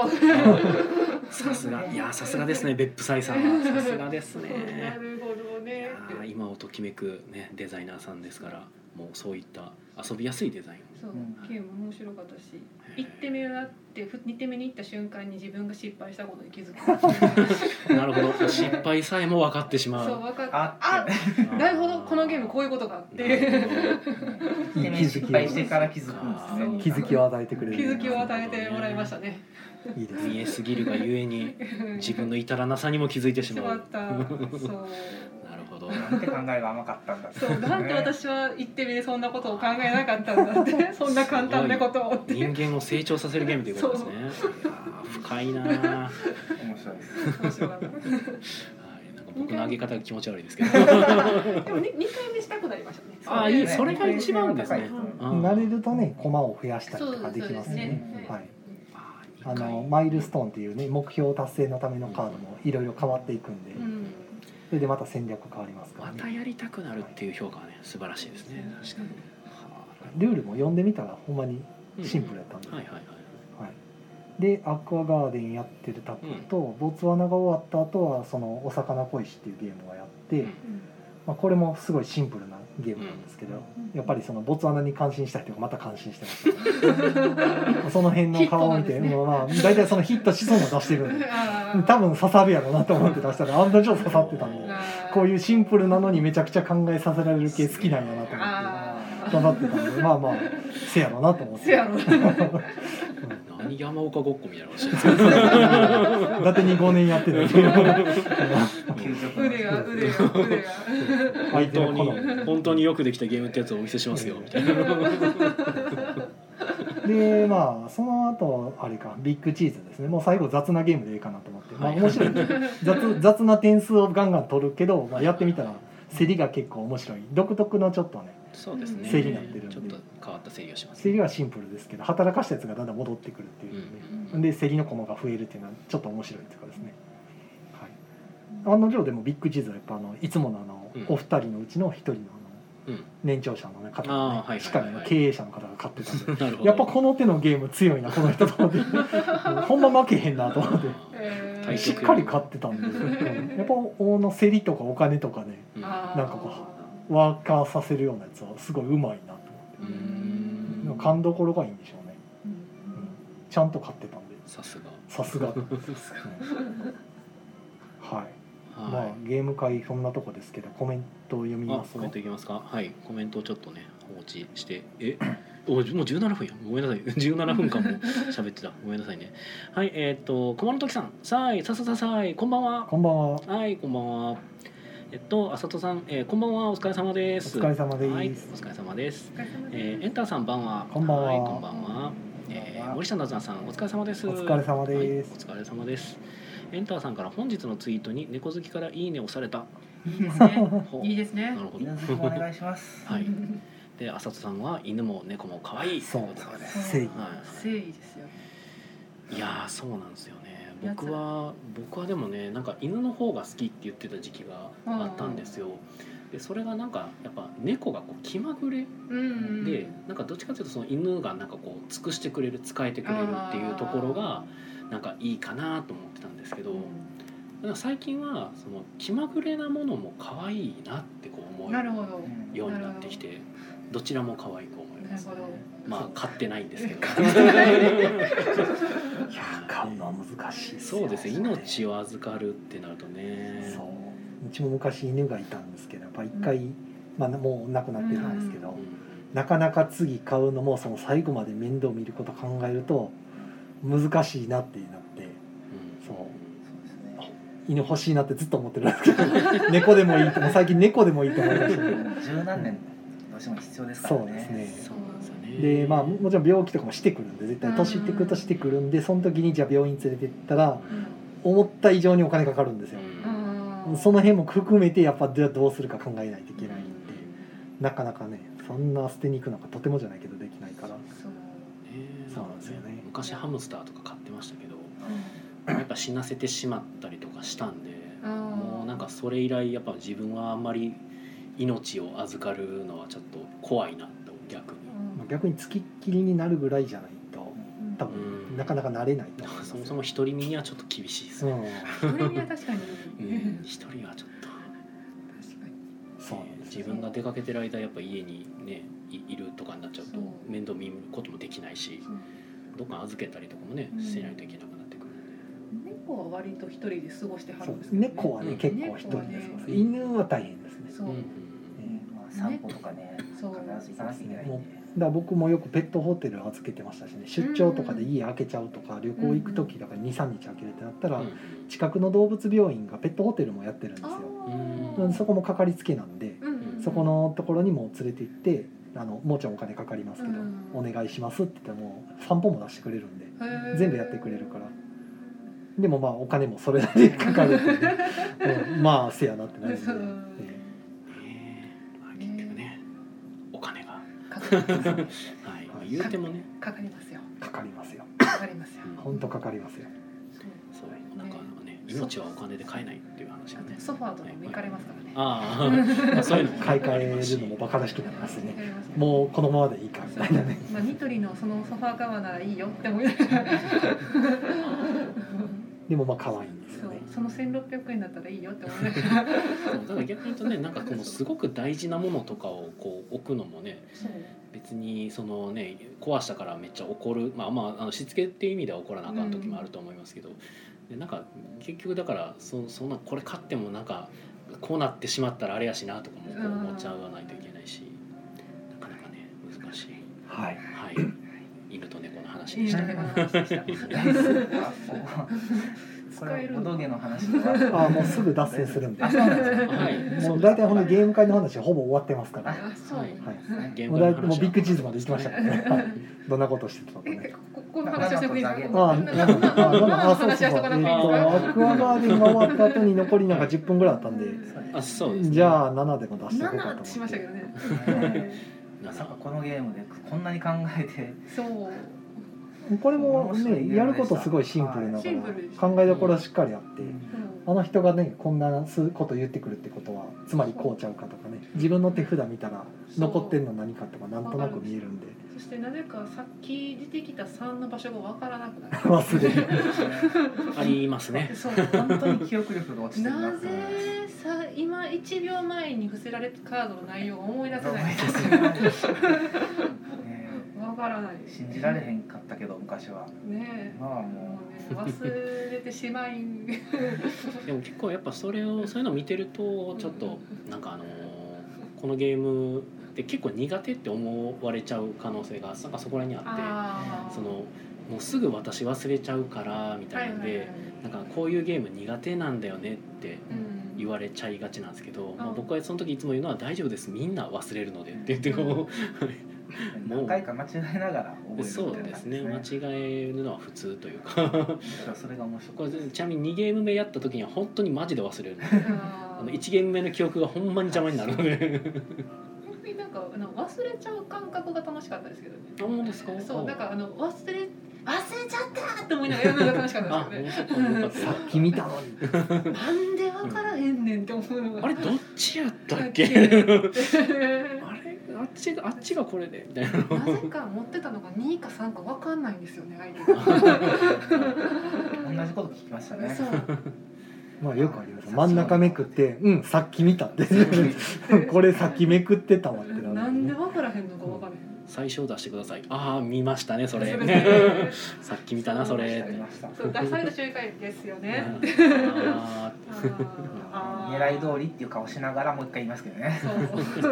[SPEAKER 1] さすが、いや、さすがですね、別府斎さんは。さすがです
[SPEAKER 3] な
[SPEAKER 1] ね。
[SPEAKER 3] るほど
[SPEAKER 1] い
[SPEAKER 3] ね
[SPEAKER 1] や
[SPEAKER 3] っ
[SPEAKER 1] ー
[SPEAKER 3] て
[SPEAKER 1] 今をときめく、ね、デザイナーさんですから、もう、そういった遊びやすいデザイン。
[SPEAKER 3] そう
[SPEAKER 4] うん
[SPEAKER 3] ゲーム面白かったし1手目があってふ二手目に行った瞬間に自分が失敗したことに気づく
[SPEAKER 1] なるほど失敗さえも分かってし まう
[SPEAKER 3] そう分かっ
[SPEAKER 4] う
[SPEAKER 3] た
[SPEAKER 4] あ
[SPEAKER 3] あ
[SPEAKER 4] っ
[SPEAKER 3] なるほどこのゲームこういうことかって
[SPEAKER 1] なるほ
[SPEAKER 3] いう
[SPEAKER 1] ど
[SPEAKER 4] てね 失敗してから気づくんで
[SPEAKER 2] 気
[SPEAKER 4] すね
[SPEAKER 2] づきを与えてくれる
[SPEAKER 3] 気づきを与えてもらいましたね
[SPEAKER 2] いいです
[SPEAKER 1] 見
[SPEAKER 2] ね
[SPEAKER 1] えすぎるがゆえに自分の至らなさにも気づいてし
[SPEAKER 3] し
[SPEAKER 1] ま
[SPEAKER 3] ま
[SPEAKER 1] う
[SPEAKER 3] ったそう
[SPEAKER 1] なるほど
[SPEAKER 4] なんて考えが甘かったんだ
[SPEAKER 3] そうなんで私は1手目でそんなことを考えなかったんだって そんな簡単なことをって
[SPEAKER 1] 人間を成長させるゲームということですねいやー深いなー、はい、
[SPEAKER 4] 面白いです
[SPEAKER 3] 面白かった
[SPEAKER 1] なんか僕の上げ方が気持ち悪いです けど
[SPEAKER 3] でも 2, 回目したくなりましたね
[SPEAKER 1] あーいいそれが一番ですね
[SPEAKER 4] うん
[SPEAKER 1] あー
[SPEAKER 2] 慣れるとね駒を増やしたりとかできます
[SPEAKER 3] そうそうで
[SPEAKER 2] ね
[SPEAKER 3] すね
[SPEAKER 2] はい
[SPEAKER 1] あー
[SPEAKER 2] あのマイルストーンっていうね目標達成のためのカードもいろいろ変わっていくんで、
[SPEAKER 3] うん
[SPEAKER 2] それでまた戦略変わりますか
[SPEAKER 1] ま
[SPEAKER 2] ら
[SPEAKER 1] た
[SPEAKER 2] ね
[SPEAKER 1] やりたくなるっていう評価はね素晴らしいですね確かに
[SPEAKER 2] ルールも読んでみたらほんまに
[SPEAKER 1] うん
[SPEAKER 2] シンプルやったんで、
[SPEAKER 1] はいはいはい
[SPEAKER 2] はい、でアクアガーデンやってるタクと、ボツワナが終わった後はそのお魚恋しっていうゲームをやって、
[SPEAKER 1] うん
[SPEAKER 2] まあ、これもすごいシンプルなゲームなんですけど、やっぱりそのボツワナに感心した人がまた感心してま した、その辺の顔を見て、
[SPEAKER 3] ヒットなんですね
[SPEAKER 2] もうまあ大体そのヒットしそうも出してるんで
[SPEAKER 3] あー
[SPEAKER 2] 多分刺さるやろなと思って出したら案の定刺さってたんで
[SPEAKER 3] あー
[SPEAKER 2] こういうシンプルなのにめちゃくちゃ考えさせられる系好きなんやなと思って
[SPEAKER 3] あ
[SPEAKER 2] 頑張ってたんでまあまあせやろなと思っ
[SPEAKER 3] ー
[SPEAKER 2] て
[SPEAKER 3] せやろ
[SPEAKER 1] 何山岡ごっこみたいなことしてるんですか
[SPEAKER 2] 伊達に5年やってるっていう
[SPEAKER 4] 究極の
[SPEAKER 3] 腕が腕が腕が
[SPEAKER 2] 相
[SPEAKER 1] 本
[SPEAKER 2] 手
[SPEAKER 1] 当
[SPEAKER 2] の好み
[SPEAKER 1] に本当によくできたゲームってやつをお見せしますよみたいな
[SPEAKER 2] でまあその後あれかビッグチーズですねもう最後雑なゲームでいいかなと思って、まあ、
[SPEAKER 1] はい
[SPEAKER 2] 面 白い雑雑な点数をガンガン取るけど、まあ、やってみたら競りが結構面白い独特のちょっとね
[SPEAKER 1] そうですね
[SPEAKER 2] 整理になってるんで
[SPEAKER 1] ちょっと変わった整理をします
[SPEAKER 2] 競りはシンプルですけど働かしたやつがだんだん戻ってくるっていうね、で競りの駒が増えるっていうのはちょっと面白いっていうかですね、はい、案の定でもビッグチーズはやっぱあのいつものあの、
[SPEAKER 1] うん
[SPEAKER 2] お二人のうちの一人のあの
[SPEAKER 1] うん
[SPEAKER 2] 年長者の、ね、
[SPEAKER 1] あ
[SPEAKER 2] 方
[SPEAKER 1] ー
[SPEAKER 2] が、
[SPEAKER 1] はいはいはいはい
[SPEAKER 2] ね、しかも経営者の方が買ってたんで
[SPEAKER 1] なるほど
[SPEAKER 2] やっぱこの手のゲーム強いなこの人と 思ってほんま負けへんなと思って
[SPEAKER 3] え
[SPEAKER 1] 対局
[SPEAKER 3] ー
[SPEAKER 2] しっかり勝ってたんでうんやっぱおの競りとかお金とかね
[SPEAKER 1] うん
[SPEAKER 3] あー
[SPEAKER 2] なんかこワーカーさせるようなやつはすごいうまいなと
[SPEAKER 1] う
[SPEAKER 2] 思って
[SPEAKER 1] ん
[SPEAKER 2] 勘どころがいいんでしょうね、うんちゃんと勝ってたんで
[SPEAKER 1] さすが
[SPEAKER 2] さ すがうんはい、まあ
[SPEAKER 1] はい
[SPEAKER 2] ゲーム会そんなとこですけどコメントを読み
[SPEAKER 1] あ
[SPEAKER 2] ます
[SPEAKER 1] コ
[SPEAKER 2] か
[SPEAKER 1] メントいきますかはいコメントをちょっとね放置してえ おいもう17分やごめんなさい 17分間も喋ってたごめんなさいねはいえーっと駒の時さんさあいささささいこんばんは
[SPEAKER 2] こんばんはお
[SPEAKER 1] はいこんばんはえっとあさとさん、えー、こんばんはお疲れ様です
[SPEAKER 2] 疲れ様で
[SPEAKER 1] はいお
[SPEAKER 2] す、
[SPEAKER 1] 疲れ様です
[SPEAKER 3] お疲れ様です
[SPEAKER 1] えー、エンターさんばんは
[SPEAKER 2] こんばんは
[SPEAKER 1] はいこんばんは、えー、森下なずなさんお疲れ様です
[SPEAKER 2] お疲れ様です
[SPEAKER 1] はい、お疲れ様ですエンターさんから本日のツイートに猫好きからいいねをされた
[SPEAKER 4] いいですね
[SPEAKER 1] ほう
[SPEAKER 3] いいですね
[SPEAKER 1] なるほど
[SPEAKER 4] 犬好きもお願いし ます
[SPEAKER 1] はいで浅田さんは犬も猫も可愛い
[SPEAKER 2] そう
[SPEAKER 1] ということ
[SPEAKER 4] そう
[SPEAKER 1] で
[SPEAKER 4] です
[SPEAKER 2] 誠意
[SPEAKER 1] は
[SPEAKER 3] 誠意ですよ
[SPEAKER 1] い、いやーそうなんですよね
[SPEAKER 3] やつ
[SPEAKER 1] 僕は僕はでもねなんか犬の方が好きって言ってた時期があったんですよでそれがなんかやっぱ猫がこう気まぐれ
[SPEAKER 3] うん
[SPEAKER 1] でなんかどっちかというとその犬がなんかこう尽くしてくれる使えてくれるっていうところがなんかいいかなと思ってたんですけどなんか最近はその気まぐれなものも可愛いなってこう思
[SPEAKER 3] な
[SPEAKER 1] え
[SPEAKER 3] る
[SPEAKER 1] る
[SPEAKER 3] ほど
[SPEAKER 4] うん
[SPEAKER 1] ようになってきてどちらも可愛く思い
[SPEAKER 3] な
[SPEAKER 1] ま
[SPEAKER 3] る
[SPEAKER 1] す
[SPEAKER 3] ほど
[SPEAKER 1] まあ買ってないんですけど。
[SPEAKER 2] いやー買うのは難しいですよ
[SPEAKER 1] そうですね。命を預かるってなるとね。
[SPEAKER 2] そううちも昔犬がいたんですけどやっぱ一回、まあ、もう亡くなってるんですけど、
[SPEAKER 1] うん。
[SPEAKER 2] なかなか次買うのもその最後まで面倒見ること考えると難しいなってなってそう
[SPEAKER 4] そうですね
[SPEAKER 2] 犬欲しいなってずっと思ってるんですけど 猫でもいいともう最近猫でもいいと思いましたね
[SPEAKER 4] 十何年どうしても必要ですからね
[SPEAKER 2] そうですね
[SPEAKER 1] そうなんですよね。
[SPEAKER 2] でまあもちろん病気とかもしてくるんで絶対年いってくるとしてくるんでその時にじゃあ病院連れてったら思った以上にお金かかるんですよ
[SPEAKER 3] うん
[SPEAKER 2] その辺も含めてやっぱじゃあどうするか考えないといけないんでなかなかねそんな捨てに行くのがとてもじゃないけどできないから
[SPEAKER 3] そう
[SPEAKER 1] ね
[SPEAKER 2] そうなんですよね
[SPEAKER 1] 昔ハムスターとか買ってましたけど、やっぱ死なせてしまったりとかしたんで、
[SPEAKER 3] あー
[SPEAKER 1] もうなんかそれ以来やっぱ自分はあんまり命を預かるのはちょっと怖いなと逆に。
[SPEAKER 2] まあ逆に付きっきりになるぐらいじゃないと
[SPEAKER 3] うん
[SPEAKER 2] 多
[SPEAKER 1] うん
[SPEAKER 2] 分なかなか慣れないと思います
[SPEAKER 1] そ もそも独り身にはちょっと厳しいです
[SPEAKER 2] う
[SPEAKER 1] ね。
[SPEAKER 2] ん
[SPEAKER 3] それには 確かに
[SPEAKER 1] うん一人はちょっと。
[SPEAKER 3] 確かに
[SPEAKER 2] そうなんです
[SPEAKER 1] 自
[SPEAKER 2] よ
[SPEAKER 1] 分が出かけてる間やっぱ家にねいいるとかになっちゃうと
[SPEAKER 3] そう
[SPEAKER 1] 面倒見ることもできないし
[SPEAKER 3] そう
[SPEAKER 1] どっか預けたりとかもね
[SPEAKER 3] うん
[SPEAKER 1] してないといけなくなってくるんで
[SPEAKER 3] 猫は割と一人で過ごしては
[SPEAKER 2] そ
[SPEAKER 3] る
[SPEAKER 2] うん
[SPEAKER 3] ですけどね
[SPEAKER 2] 猫はね、
[SPEAKER 1] うん
[SPEAKER 2] 結構一人です
[SPEAKER 1] 猫は
[SPEAKER 2] から、
[SPEAKER 1] ね
[SPEAKER 2] 犬は大変ですね
[SPEAKER 3] そう
[SPEAKER 1] うん
[SPEAKER 4] うんまあ散歩とかね必ず
[SPEAKER 3] そう
[SPEAKER 4] 行かなきゃいけないんで
[SPEAKER 2] だから僕もよくペットホテル預けてましたしね出張とかで家開けちゃうとか旅行行く時とか23日開けるってなったら
[SPEAKER 1] うん
[SPEAKER 2] 近くの動物病院がペットホテルもやってるんです
[SPEAKER 3] あ
[SPEAKER 2] よ
[SPEAKER 1] ー
[SPEAKER 2] うんそこ
[SPEAKER 3] も
[SPEAKER 2] もかかりつけなんでそこのところにも連れて行ってあのもうちょいお金かかりますけど
[SPEAKER 3] うん
[SPEAKER 2] お願いしますって言っても散歩も出してくれるんで全部やってくれるからでもまあお金もそれなりにかかるんでうんまあせやなってなるんで
[SPEAKER 3] そう
[SPEAKER 2] ええ
[SPEAKER 1] ねえまあ結局ねお金がは
[SPEAKER 3] かかります
[SPEAKER 1] いまあ言うてもね
[SPEAKER 3] かかりますよ
[SPEAKER 2] かかりますよ
[SPEAKER 3] かかりますよ。
[SPEAKER 2] 本当かかりますよ
[SPEAKER 1] そうなんかね命はお金で買えないっていう話がね
[SPEAKER 3] ソファーとかも行かれますからね。
[SPEAKER 1] ああそういうのもね
[SPEAKER 2] 買い
[SPEAKER 1] あり
[SPEAKER 2] 替
[SPEAKER 1] ます
[SPEAKER 2] え
[SPEAKER 1] し
[SPEAKER 2] るのもバカらしくなります
[SPEAKER 3] 行か
[SPEAKER 2] ね
[SPEAKER 3] れますね
[SPEAKER 2] もうこのままでいいかみたいなね
[SPEAKER 3] まあニトリのそのソファーカバーならいいよって思いながら。
[SPEAKER 2] でもまあ可愛いんです
[SPEAKER 3] そ
[SPEAKER 2] よ
[SPEAKER 3] う
[SPEAKER 2] ね、
[SPEAKER 3] その千六百円だったらいいよって思いながら。
[SPEAKER 1] そうただ逆に言うとねなんかこのすごく大事なものとかをこう置くのもね
[SPEAKER 3] そう
[SPEAKER 1] 別にそのね壊したからめっちゃ怒るまあまああのしつけっていう意味では怒らなあかん時もあると思いますけど、でなんか結局だからそそんなこれ買ってもなんかこうなってしまったらあれやしなとかもこう思っちゃわないといけないしなかなかね難しい。
[SPEAKER 2] はい
[SPEAKER 1] はい 犬と猫の話
[SPEAKER 3] い
[SPEAKER 1] で
[SPEAKER 3] い
[SPEAKER 1] した。
[SPEAKER 3] のでこの話でした。
[SPEAKER 4] これ
[SPEAKER 3] る
[SPEAKER 4] 小
[SPEAKER 3] の
[SPEAKER 4] 峠の話は
[SPEAKER 2] あもうすぐ脱線するんで
[SPEAKER 4] あそうなんですね
[SPEAKER 1] はい
[SPEAKER 2] もう大体このゲーム会の話はほぼ終わってますから、
[SPEAKER 3] あ、そう。
[SPEAKER 1] はい
[SPEAKER 2] は
[SPEAKER 1] 現
[SPEAKER 2] い、
[SPEAKER 1] 場
[SPEAKER 2] もう
[SPEAKER 1] の
[SPEAKER 2] だい
[SPEAKER 1] 話は
[SPEAKER 2] もうビッグチーズまで行きましたからね、はい、どんなことしてたのか
[SPEAKER 3] え、
[SPEAKER 2] ね
[SPEAKER 3] こここの話をしてもいい ですか。
[SPEAKER 2] あ
[SPEAKER 3] こ
[SPEAKER 2] あ
[SPEAKER 3] ん
[SPEAKER 2] な
[SPEAKER 3] なん
[SPEAKER 2] かあなんかあそうそう
[SPEAKER 3] 話
[SPEAKER 2] そうえっ
[SPEAKER 3] はしとかな
[SPEAKER 2] とア
[SPEAKER 3] くていいですか。
[SPEAKER 2] クアガーデンが終わった後に残りなんか10分ぐらいあったんで
[SPEAKER 1] あそうですね。
[SPEAKER 2] じゃあ7でも出しておこうかと
[SPEAKER 3] 七
[SPEAKER 2] 思ってて
[SPEAKER 3] っしましたけどね。
[SPEAKER 4] まさか
[SPEAKER 1] 7
[SPEAKER 4] このゲームでこんなに考えて
[SPEAKER 3] そう。
[SPEAKER 2] これも
[SPEAKER 4] 面白いゲームでし
[SPEAKER 2] ね
[SPEAKER 4] た
[SPEAKER 2] やることすごいシンプルな
[SPEAKER 3] シンプルです
[SPEAKER 2] 考えどころしっかりあって、
[SPEAKER 3] うん
[SPEAKER 2] あの人がねこんなこと言ってくるってことはつまりこうちゃうかとかね自分の手札見たら残ってんの何かとかなんとなく見えるんで
[SPEAKER 3] そしてなぜかさっき出てきた三の場所がわからなくなる。
[SPEAKER 2] 忘れる
[SPEAKER 1] ありますね。
[SPEAKER 3] そう。
[SPEAKER 4] 本当に記憶力が落ちてる
[SPEAKER 3] な
[SPEAKER 4] な
[SPEAKER 3] ぜさ今一秒前に伏せられたカードの内容を思い出せ
[SPEAKER 4] 思い
[SPEAKER 3] ないんですよ。
[SPEAKER 4] 出せないね
[SPEAKER 3] わからない。
[SPEAKER 4] 信じられへんかったけど昔は
[SPEAKER 3] ね
[SPEAKER 4] 今は
[SPEAKER 3] え。も
[SPEAKER 4] も
[SPEAKER 3] うね忘れてしまい。
[SPEAKER 1] でも結構やっぱそれをそういうの見てるとちょっとなんかあのーこのゲームって結構苦手って思われちゃう可能性がなんかそこらにあっ
[SPEAKER 3] あ
[SPEAKER 1] て
[SPEAKER 3] あ。
[SPEAKER 1] そのもうすぐ私忘れちゃうからみたいなのでなんかこういうゲーム苦手なんだよねって
[SPEAKER 3] うん
[SPEAKER 1] 言われちゃいがちなんですけど、まあ、
[SPEAKER 3] うん
[SPEAKER 1] 僕はその時いつも言うのは「大丈夫ですみんな忘れるので」って言ってこ
[SPEAKER 4] う何回か間違えながら
[SPEAKER 1] う
[SPEAKER 4] 覚えるみたいな感じ
[SPEAKER 1] そうですね間違えるのは普通というか
[SPEAKER 4] それが面白
[SPEAKER 1] こ
[SPEAKER 4] い
[SPEAKER 1] れちなみに2ゲーム目やった時には本当にマジで忘れるの
[SPEAKER 3] あ
[SPEAKER 1] あ
[SPEAKER 3] ー
[SPEAKER 1] の1ゲーム目の記憶がほんまに邪魔になるので
[SPEAKER 3] 本当になんかあの忘れちゃう感覚が楽しかったですけどね。
[SPEAKER 1] あ本当ですか
[SPEAKER 3] そう
[SPEAKER 1] お
[SPEAKER 3] なんかあの忘れ忘れちゃったって思いながらやるのが楽しかった
[SPEAKER 1] あ
[SPEAKER 3] ですけど
[SPEAKER 1] よ
[SPEAKER 3] ね。
[SPEAKER 1] かったよ
[SPEAKER 2] さ
[SPEAKER 1] かっ
[SPEAKER 2] っき見たのに
[SPEAKER 3] なんでわからへんねんって思うの
[SPEAKER 1] た
[SPEAKER 3] が。
[SPEAKER 1] あれどっちやったっ
[SPEAKER 3] だっ
[SPEAKER 1] け
[SPEAKER 3] な
[SPEAKER 1] あれあっちがあっちがこれでみたいな
[SPEAKER 3] ぜか持ってたのが2か3かわかんないんですよね相手が。
[SPEAKER 4] 同じこと聞きましたね
[SPEAKER 3] そう
[SPEAKER 2] まあよくあります真ん中めくって「うんさっき見た」って これさっきめくってたわってな る
[SPEAKER 3] なんで
[SPEAKER 2] ね
[SPEAKER 3] わからへんのかわからへん。
[SPEAKER 1] 最初出してくださいああ見ましたねそれ
[SPEAKER 3] そ れ
[SPEAKER 1] さっき見たなそれ
[SPEAKER 4] ありました
[SPEAKER 3] そう出された瞬間ですよね。
[SPEAKER 1] あ
[SPEAKER 3] あー
[SPEAKER 4] 狙い通りっていう顔しながらもう一回言いますけどね
[SPEAKER 3] そうそう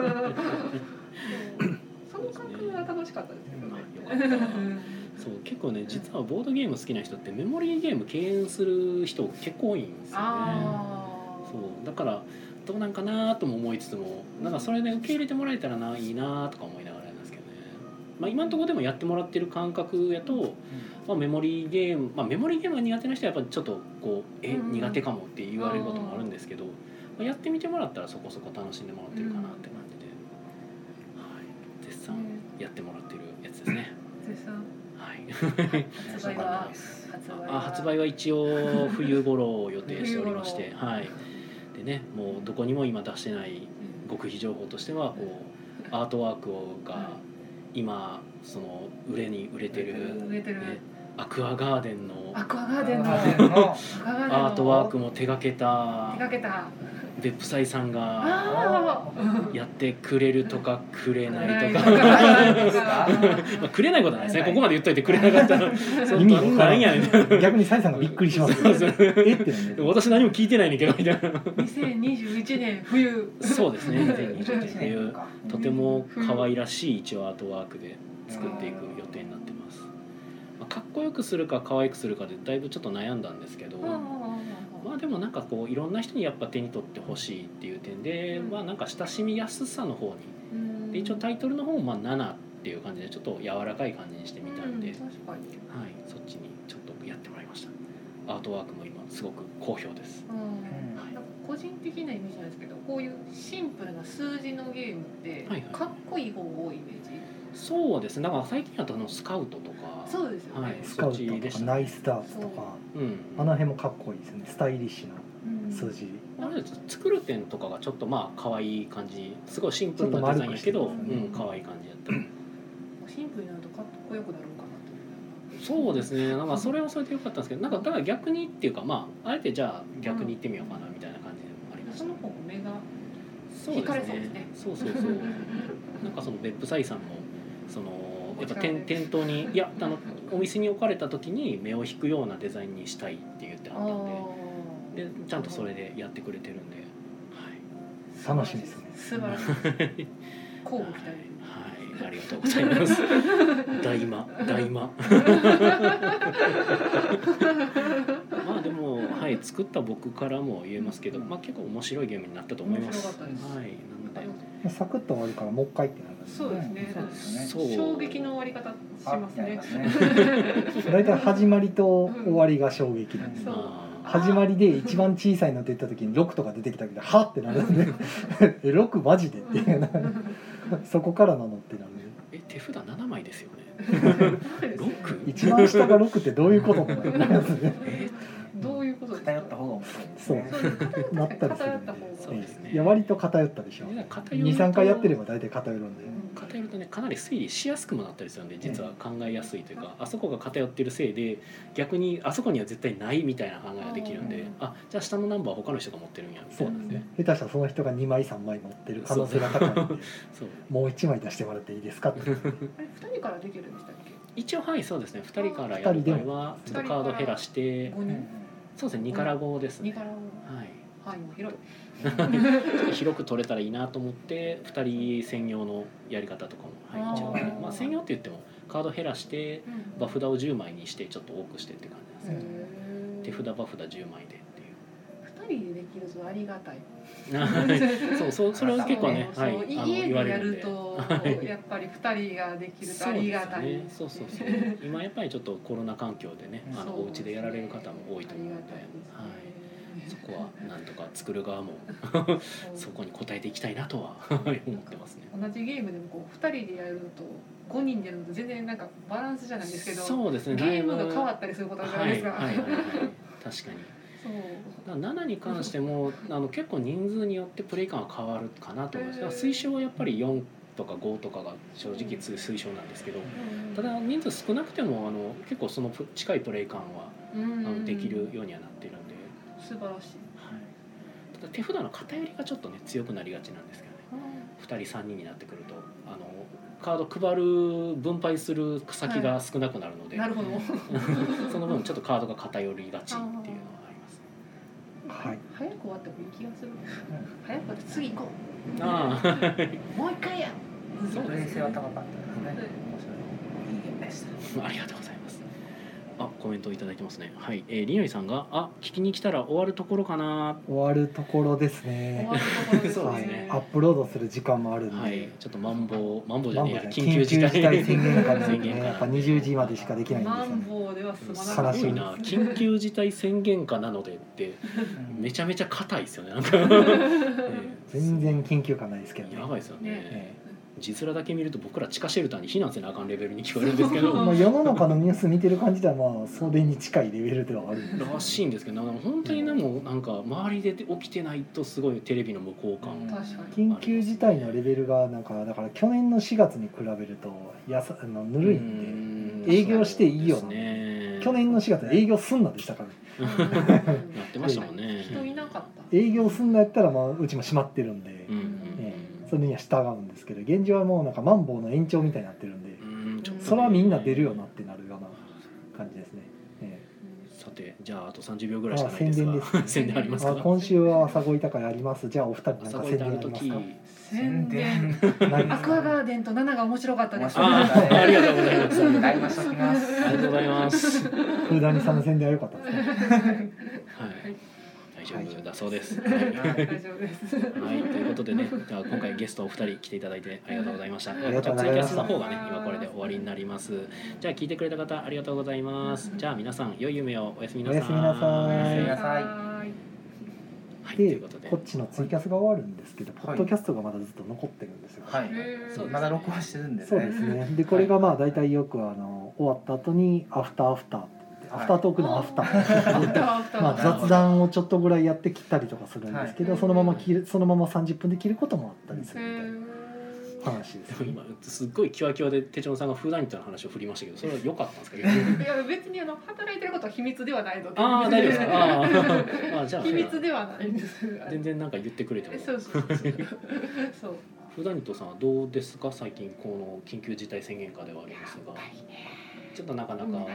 [SPEAKER 3] その感覚が楽しかったですけ
[SPEAKER 1] ー
[SPEAKER 3] ど
[SPEAKER 1] ま
[SPEAKER 3] ね。
[SPEAKER 1] あよかったそう結構ね実はボードゲーム好きな人ってメモリーゲーム敬遠する人結構多いんですよね
[SPEAKER 3] ああ。
[SPEAKER 1] そうだからどうなんかなとも思いつつもなんかそれで受け入れてもらえたらないいなとか思いながらなんですけどね、まあ、今のところでもやってもらってる感覚やと、まあ、メモリーゲーム、まあ、メモリーゲームが苦手な人はやっぱちょっとこう「え
[SPEAKER 3] うんうん
[SPEAKER 1] 苦手かも」って言われることもあるんですけど、まあ、やってみてもらったらそこそこ楽しんでもらってるかなって感じで、はい、絶賛やってもらってるやつですね。
[SPEAKER 3] 絶賛
[SPEAKER 1] はい、
[SPEAKER 3] 発売は発売
[SPEAKER 1] あ発売は一応冬頃を予定しておりまして
[SPEAKER 3] 冬、
[SPEAKER 1] はい、でねもうどこにも今出してない
[SPEAKER 3] うん
[SPEAKER 1] 極秘情報としてはこうアートワークをが今その売れに売れてる、
[SPEAKER 3] 植えてる
[SPEAKER 1] ね、アクアガーデンの
[SPEAKER 3] アクアガ
[SPEAKER 4] ア
[SPEAKER 3] ーデンの
[SPEAKER 4] の
[SPEAKER 3] アクアガーデンの
[SPEAKER 1] アートワークも手がけた
[SPEAKER 3] 手がけた
[SPEAKER 1] 別府斎さんが
[SPEAKER 3] あー
[SPEAKER 1] やってくれるとかくれないと
[SPEAKER 3] くれ
[SPEAKER 1] か。
[SPEAKER 3] ないとか
[SPEAKER 1] まあ、くれないことはないですね。
[SPEAKER 4] はい
[SPEAKER 1] ここまで言っといてくれなかったら、ちょ
[SPEAKER 2] 意
[SPEAKER 1] っと
[SPEAKER 2] 味わか
[SPEAKER 1] な
[SPEAKER 2] ら
[SPEAKER 1] んやねん。
[SPEAKER 2] ん逆にサイさんがびっくりします
[SPEAKER 1] そう そう
[SPEAKER 2] えってなんで
[SPEAKER 1] 私何も聞いてないねんけどみたいな。
[SPEAKER 3] 2021年冬
[SPEAKER 1] そうですね。2021年
[SPEAKER 4] 21年
[SPEAKER 1] う
[SPEAKER 4] か
[SPEAKER 1] とても可愛らしい一応アートワークで作っていく予定になってます、まあ、かっこよくするか可愛くするかでだいぶちょっと悩んだんですけど、
[SPEAKER 3] うんうんうん
[SPEAKER 1] ま
[SPEAKER 3] うん
[SPEAKER 1] あでもなんかこういろんな人にやっぱ手に取ってほしいっていう点で、
[SPEAKER 3] うん
[SPEAKER 1] まあなんか親しみやすさの方に
[SPEAKER 3] うん
[SPEAKER 1] で一応タイトルの方もまあ7っていう感じでちょっと柔らかい感じにしてみたんで、
[SPEAKER 3] うん確かに
[SPEAKER 1] はい、そっちにちょっとやってもらいましたアートワークも今すごく好評です
[SPEAKER 3] うん
[SPEAKER 1] はい
[SPEAKER 3] なんか個人的なイメージなんですけどこういうシンプルな数字のゲームって
[SPEAKER 1] はいはい
[SPEAKER 3] かっこいい方が多いイメージ
[SPEAKER 1] そうですねだから最近だとあのスカウトとか
[SPEAKER 3] そうですよね、
[SPEAKER 1] はい
[SPEAKER 2] スカウト
[SPEAKER 1] そっち
[SPEAKER 2] と
[SPEAKER 1] でし
[SPEAKER 2] か
[SPEAKER 1] たね
[SPEAKER 2] ナイスダーツとか
[SPEAKER 1] うん
[SPEAKER 2] あの辺もかっこいいですねスタイリッシュ
[SPEAKER 3] うん
[SPEAKER 2] な数字、
[SPEAKER 1] あれ作る点とかがちょっとまあ可愛い感じすごいシンプル
[SPEAKER 2] ちょっと
[SPEAKER 1] なデ
[SPEAKER 2] 丸
[SPEAKER 1] ザイン
[SPEAKER 2] く
[SPEAKER 1] や
[SPEAKER 2] して
[SPEAKER 1] け
[SPEAKER 2] ま
[SPEAKER 1] ど、
[SPEAKER 2] すね
[SPEAKER 1] うん可愛い感じやった
[SPEAKER 3] シンプルになるとかっこよくなるのかなと
[SPEAKER 1] そうですねなんかそれはそれでよかったんですけどなんかだから逆にっていうかまああえてじゃあ逆に行ってみようかなみたいな感じでもありました
[SPEAKER 3] その方が目が
[SPEAKER 1] そう
[SPEAKER 3] 惹かれそうですね
[SPEAKER 1] そうそう そうなんかその別府イさんもそのやっぱ店店頭にいやあのお店に置かれた時に目を引くようなデザインにしたいって言ってあ
[SPEAKER 3] あ
[SPEAKER 1] ったんででちゃんとそれでやってくれてるんで、 はい、
[SPEAKER 3] ー
[SPEAKER 2] 楽しみですね
[SPEAKER 3] 素晴らしいです交
[SPEAKER 1] はい
[SPEAKER 3] 互期待です
[SPEAKER 1] はい、ありがとうございます。大魔、大 魔。まあでも、はい、作った僕からも言えますけど、まあ結構面白いゲームになったと思います。
[SPEAKER 3] 面白かったです
[SPEAKER 1] はい、なので、
[SPEAKER 2] サクッと終わるからもう一回ってなるんですね
[SPEAKER 3] そうですね
[SPEAKER 4] そうですよね
[SPEAKER 1] そう
[SPEAKER 3] 衝撃の終わり方し
[SPEAKER 4] あ
[SPEAKER 3] ますね
[SPEAKER 4] やりますね
[SPEAKER 2] 大体始まりと終わりが衝撃なんです、
[SPEAKER 3] そう
[SPEAKER 1] まあ、
[SPEAKER 2] 始まりで一番小さいの出た時に6とか出てきたけどはっってなる んでえ6マジでっていう そこからなのってなるんで
[SPEAKER 1] え、手札七枚ですよね。
[SPEAKER 3] 六
[SPEAKER 1] 六。
[SPEAKER 2] 一番下が6ってどういうことなんだろう ね
[SPEAKER 1] え、
[SPEAKER 3] どういうことですか
[SPEAKER 4] 偏った方が面白いですね
[SPEAKER 2] そ
[SPEAKER 3] そうです
[SPEAKER 2] なったりする
[SPEAKER 3] 偏
[SPEAKER 2] ん
[SPEAKER 3] った方が
[SPEAKER 1] そうですね
[SPEAKER 2] いや割と偏ったでしょ
[SPEAKER 1] いや偏ると
[SPEAKER 2] 23回やってれば大体偏るんで
[SPEAKER 1] 偏るとねかなり推理しやすくもなったりするんで実は考えやすいというかあそこが偏ってるせいで逆にあそこには絶対ないみたいな考えができるんであじゃあ下のナンバーは他の人が持ってるんやみた
[SPEAKER 2] そ
[SPEAKER 1] いうな
[SPEAKER 2] です
[SPEAKER 1] ね
[SPEAKER 2] ね下手したらその人が2枚3枚持ってる可能性が高いんで
[SPEAKER 1] そう
[SPEAKER 2] もう1枚出してもらっていいですかって
[SPEAKER 3] あれ二人からできるんでしたっ
[SPEAKER 1] 一応はいそうですね2人からやる場合は
[SPEAKER 3] 二
[SPEAKER 1] ち
[SPEAKER 3] 人
[SPEAKER 1] ょっ
[SPEAKER 3] で
[SPEAKER 1] とカード減らし
[SPEAKER 3] け
[SPEAKER 1] て
[SPEAKER 3] 五
[SPEAKER 4] うん
[SPEAKER 3] 人
[SPEAKER 1] そうですね2から5です
[SPEAKER 3] 二
[SPEAKER 1] ね
[SPEAKER 3] から五
[SPEAKER 1] はい
[SPEAKER 3] 範囲も広い
[SPEAKER 1] ちょっと広く取れたらいいなと思って2人専用のやり方とかも、はい、一応ね
[SPEAKER 4] あー
[SPEAKER 1] まあ専用って言ってもカード減らして場札を10枚にしてちょっと多くしてって感じですね
[SPEAKER 3] へー
[SPEAKER 1] 手札場札10枚でっていう
[SPEAKER 3] 二人でできるとありがたい
[SPEAKER 1] そうそうそれは結構ね、
[SPEAKER 3] そ
[SPEAKER 1] は
[SPEAKER 3] う
[SPEAKER 1] い、
[SPEAKER 3] そう
[SPEAKER 1] あの
[SPEAKER 3] 家
[SPEAKER 1] 言わ
[SPEAKER 3] で
[SPEAKER 1] れ
[SPEAKER 3] や
[SPEAKER 1] るん
[SPEAKER 3] る
[SPEAKER 1] で。
[SPEAKER 3] と
[SPEAKER 1] はい
[SPEAKER 3] やっぱり二人ができると
[SPEAKER 1] そ
[SPEAKER 3] あ
[SPEAKER 1] う
[SPEAKER 3] り
[SPEAKER 1] で
[SPEAKER 3] が
[SPEAKER 1] す
[SPEAKER 3] たい
[SPEAKER 1] ね。そうそうそう。今やっぱりちょっとコロナ環境でね、あのお家でやられる方も多いと思うので、はい。そこはなんとか作る側も
[SPEAKER 3] い
[SPEAKER 1] そこに応えていきたいなとは思ってますね。
[SPEAKER 3] 同じゲームでもこう二人でやるのと五人でやるのと全然なんかバランスじゃないですけど
[SPEAKER 1] そうですね。
[SPEAKER 3] ゲームが変わ
[SPEAKER 1] っ
[SPEAKER 3] ったりすること
[SPEAKER 1] は
[SPEAKER 3] が
[SPEAKER 1] い
[SPEAKER 3] あるじゃな
[SPEAKER 1] はいい
[SPEAKER 3] で
[SPEAKER 1] はい
[SPEAKER 3] すか、
[SPEAKER 1] はい。確かに。
[SPEAKER 3] そう
[SPEAKER 1] だから7に関してもあの結構人数によってプレイ感は変わるかなと思いますだから推奨はやっぱり4とか5とかが正直つ推奨なんですけどただ人数少なくてもあの結構そのプ近いプレイ感は
[SPEAKER 3] うん
[SPEAKER 1] あのできる
[SPEAKER 3] うん
[SPEAKER 1] ようにはなってるんで、
[SPEAKER 3] 素晴らしい
[SPEAKER 1] はい、ただ手札の偏りがちょっとね強くなりがちなんですけどね2人3人になってくるとあのカード配る分配する先が少なくなるので、
[SPEAKER 3] なるほど
[SPEAKER 1] その分ちょっとカードが偏りがちっていうのはありますね。
[SPEAKER 2] はい
[SPEAKER 3] 早く終わった方がいい気がする早く終わって次行こ
[SPEAKER 1] ああ
[SPEAKER 3] うもう一回や
[SPEAKER 1] そう
[SPEAKER 4] 冷
[SPEAKER 1] です
[SPEAKER 4] 静
[SPEAKER 1] ね
[SPEAKER 4] は高かったですね面白いいいゲームでし た
[SPEAKER 1] ありがとうございます。あ、コメントをいただきますね。はい、えー、りのりさんが、あ、聞きに来たら終わるところかな。
[SPEAKER 2] 終わるところです
[SPEAKER 3] 終
[SPEAKER 2] ね
[SPEAKER 3] わるところですね
[SPEAKER 1] そう
[SPEAKER 2] はい
[SPEAKER 1] ですね
[SPEAKER 2] アップロードする時間もあるんで、
[SPEAKER 1] はい、ちょっとマンボウ、マンボウじゃ
[SPEAKER 2] なん
[SPEAKER 1] ねえ
[SPEAKER 2] で
[SPEAKER 1] や、
[SPEAKER 2] ね
[SPEAKER 1] 緊急事態
[SPEAKER 2] 宣言の感じです
[SPEAKER 1] 宣言
[SPEAKER 2] ね
[SPEAKER 1] か
[SPEAKER 2] やっぱ20時までしかできないんです
[SPEAKER 3] マ
[SPEAKER 2] よ
[SPEAKER 3] ン
[SPEAKER 2] ね
[SPEAKER 3] ボウでは済ますなかった
[SPEAKER 1] ごいな、緊急事態宣言下なのでって、め
[SPEAKER 4] ち
[SPEAKER 1] ちゃめちゃ硬いですよね。なんか、 ええ
[SPEAKER 2] 全然緊急感ないですけどね
[SPEAKER 1] やばいですよね。
[SPEAKER 2] え
[SPEAKER 1] 字面だけ見ると、僕ら地下シェルターに避難せなあかんレベルに聞こえるんですけど
[SPEAKER 2] え。 もう世の中のニュース見てる感じではまあそれに近いレベルではあるんで
[SPEAKER 1] らしいんですけど、なんか本当にでも、なんか周りで起きてないと、すごいテレビの向こう感。
[SPEAKER 3] 確かに
[SPEAKER 2] 緊急事態のレベルがなんかだから去年の4月に比べるとやさあのぬるいんで
[SPEAKER 1] うん
[SPEAKER 2] 営業していいよ
[SPEAKER 1] そうですね
[SPEAKER 2] 去年の4月営業すんなでしたから
[SPEAKER 3] うん
[SPEAKER 1] やってましたもんね
[SPEAKER 3] 人いなかった
[SPEAKER 2] 営業すんなやったらまあうちも閉まってるんで、
[SPEAKER 1] うん
[SPEAKER 2] ええそれには従うんですけど現状はもうなんかマンボウの延長みたいになってるんで、
[SPEAKER 1] うんうんちょっとね
[SPEAKER 2] それはみんな出るよなってなるような感じですね、え
[SPEAKER 1] さてじゃああと30秒ぐらいしかない
[SPEAKER 2] あ
[SPEAKER 1] で
[SPEAKER 2] 宣
[SPEAKER 1] す
[SPEAKER 2] 伝
[SPEAKER 1] が
[SPEAKER 2] です
[SPEAKER 1] 宣伝あります
[SPEAKER 2] あ
[SPEAKER 1] か
[SPEAKER 2] 今週は朝ごいた会ありますじゃあお二人なん
[SPEAKER 1] 朝
[SPEAKER 2] か
[SPEAKER 1] ご
[SPEAKER 2] 宣
[SPEAKER 1] いて
[SPEAKER 2] 伝
[SPEAKER 1] あ
[SPEAKER 2] あ
[SPEAKER 1] る
[SPEAKER 2] ります
[SPEAKER 1] 時
[SPEAKER 2] か
[SPEAKER 3] 宣伝
[SPEAKER 2] 何
[SPEAKER 3] アクアガーデンとナナが面白かったです
[SPEAKER 4] 面白かっ
[SPEAKER 1] ああありがとうございます
[SPEAKER 4] ゃだいぶしときます
[SPEAKER 1] ありがとうございますはい
[SPEAKER 2] フーダニさんの宣伝は良かったですね
[SPEAKER 1] 大丈夫だそうですは、
[SPEAKER 4] はいい
[SPEAKER 3] 大丈夫です。
[SPEAKER 1] はい、ということでねじゃあ今回ゲストお二人来ていただいてありがとうございました
[SPEAKER 2] りがとうござい
[SPEAKER 1] じゃ
[SPEAKER 2] ま
[SPEAKER 1] あ
[SPEAKER 2] す
[SPEAKER 1] ツイキャスの方がね今これで終わりになりますじゃあ聞いてくれた方ありがとうございますじゃあ皆さん良い夢をおやすみなさい
[SPEAKER 2] おやすみなさい
[SPEAKER 4] おやすみなさい
[SPEAKER 3] は
[SPEAKER 1] は
[SPEAKER 3] い。
[SPEAKER 1] いはいとい
[SPEAKER 2] で
[SPEAKER 1] うことで
[SPEAKER 2] こっちのツイキャスが終わるんですけど、ポッドキャストがまだずっと残ってるんですよ。
[SPEAKER 4] はい、
[SPEAKER 3] そう
[SPEAKER 4] まだ録音してるんです
[SPEAKER 2] そう
[SPEAKER 4] ね
[SPEAKER 2] ですね。でこれがまあ大体よくあの終わった後にアフターアフターって言ってアフタートークのアフター。
[SPEAKER 3] あったあった
[SPEAKER 2] まあ、
[SPEAKER 4] なるほど
[SPEAKER 2] 雑談をちょっとぐらいやって切ったりとかするんですけど、
[SPEAKER 3] はい
[SPEAKER 2] そのまま切るそのまま30分で切ることもあったりす
[SPEAKER 3] へ
[SPEAKER 2] るみたい
[SPEAKER 3] ー
[SPEAKER 2] な話ですね、
[SPEAKER 1] 今すっごいキワキワで手帳さんがフーダニットの話を振りましたけどそれは良かったん ですか逆に
[SPEAKER 3] いや別にあの働いてることは秘密ではないので
[SPEAKER 1] ああ大丈夫ですか あーあーじゃあ
[SPEAKER 3] 秘密ではないんです
[SPEAKER 1] 全然なんか言ってくれても
[SPEAKER 3] えそ うそうそうそうそう
[SPEAKER 1] フーダニットさんはどうですか最近この緊急事態宣言下ではありますがちょっとなかなか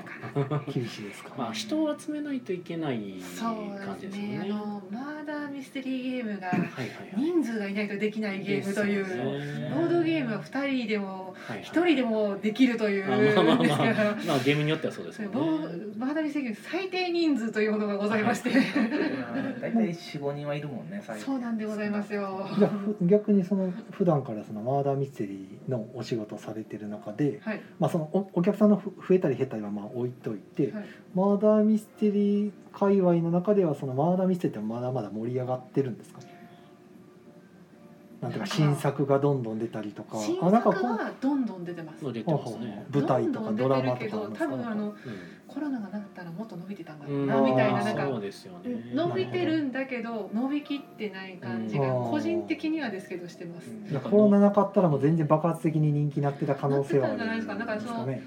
[SPEAKER 2] 厳しいですか、
[SPEAKER 1] まあ人を集めないといけない
[SPEAKER 3] そう
[SPEAKER 1] 感
[SPEAKER 3] で
[SPEAKER 1] じ
[SPEAKER 3] す
[SPEAKER 1] ですよね
[SPEAKER 3] ねあのマーダーミステリーゲームが
[SPEAKER 1] はいはいはい
[SPEAKER 3] 人数がいないとできないゲームとい
[SPEAKER 1] です
[SPEAKER 3] う
[SPEAKER 1] よね
[SPEAKER 3] ボードゲームは2人でも
[SPEAKER 1] はいはい
[SPEAKER 3] 1人でもできるとい
[SPEAKER 1] あまあまあ
[SPEAKER 3] うんです
[SPEAKER 1] ま
[SPEAKER 3] か
[SPEAKER 1] あ
[SPEAKER 3] ら。
[SPEAKER 1] まあゲームによってはそうですよね
[SPEAKER 3] ボーマーダーミステリーゲーム最低人数というものがございまして、
[SPEAKER 4] うん大体四五人はいるもんね 最
[SPEAKER 3] そうなんでございますよ。
[SPEAKER 2] じゃあふ逆にその普段からそのマーダーミステリーのお仕事されてる中で、
[SPEAKER 3] はい、
[SPEAKER 2] まあ、そのおお客さんのふ増えたり減ったりはまあ置いといて、
[SPEAKER 3] はい
[SPEAKER 2] マーダーミステリー界隈の中ではそのマーダーミステリーってまだまだ盛り上がってるんですかなんていうか新作がどんどん出たりとか
[SPEAKER 3] 新
[SPEAKER 2] あなんか
[SPEAKER 3] 作
[SPEAKER 2] こう
[SPEAKER 3] はどんどん出てます
[SPEAKER 1] まあ。出て
[SPEAKER 2] ほう
[SPEAKER 1] ま
[SPEAKER 2] ほ
[SPEAKER 1] す
[SPEAKER 2] う
[SPEAKER 1] ね
[SPEAKER 2] 舞台とか
[SPEAKER 3] どんど
[SPEAKER 2] ドラ
[SPEAKER 3] ん出て
[SPEAKER 2] マ
[SPEAKER 3] る
[SPEAKER 2] と
[SPEAKER 3] け
[SPEAKER 2] か
[SPEAKER 3] ど
[SPEAKER 2] の
[SPEAKER 3] 多分あの
[SPEAKER 1] うん
[SPEAKER 3] コロナがなかったらもっと伸びてたんだろ
[SPEAKER 1] う
[SPEAKER 3] うんなみたいななん
[SPEAKER 2] あー
[SPEAKER 3] か
[SPEAKER 1] そうですよね
[SPEAKER 3] 伸びてるんだけど伸びきってない感じが
[SPEAKER 2] うん
[SPEAKER 3] 個人的にはですけどしてます。
[SPEAKER 2] いやコロナなかったらもう全然爆発的に人気になってた可能性はある
[SPEAKER 3] なってたんじゃないですかなんかその
[SPEAKER 2] ね。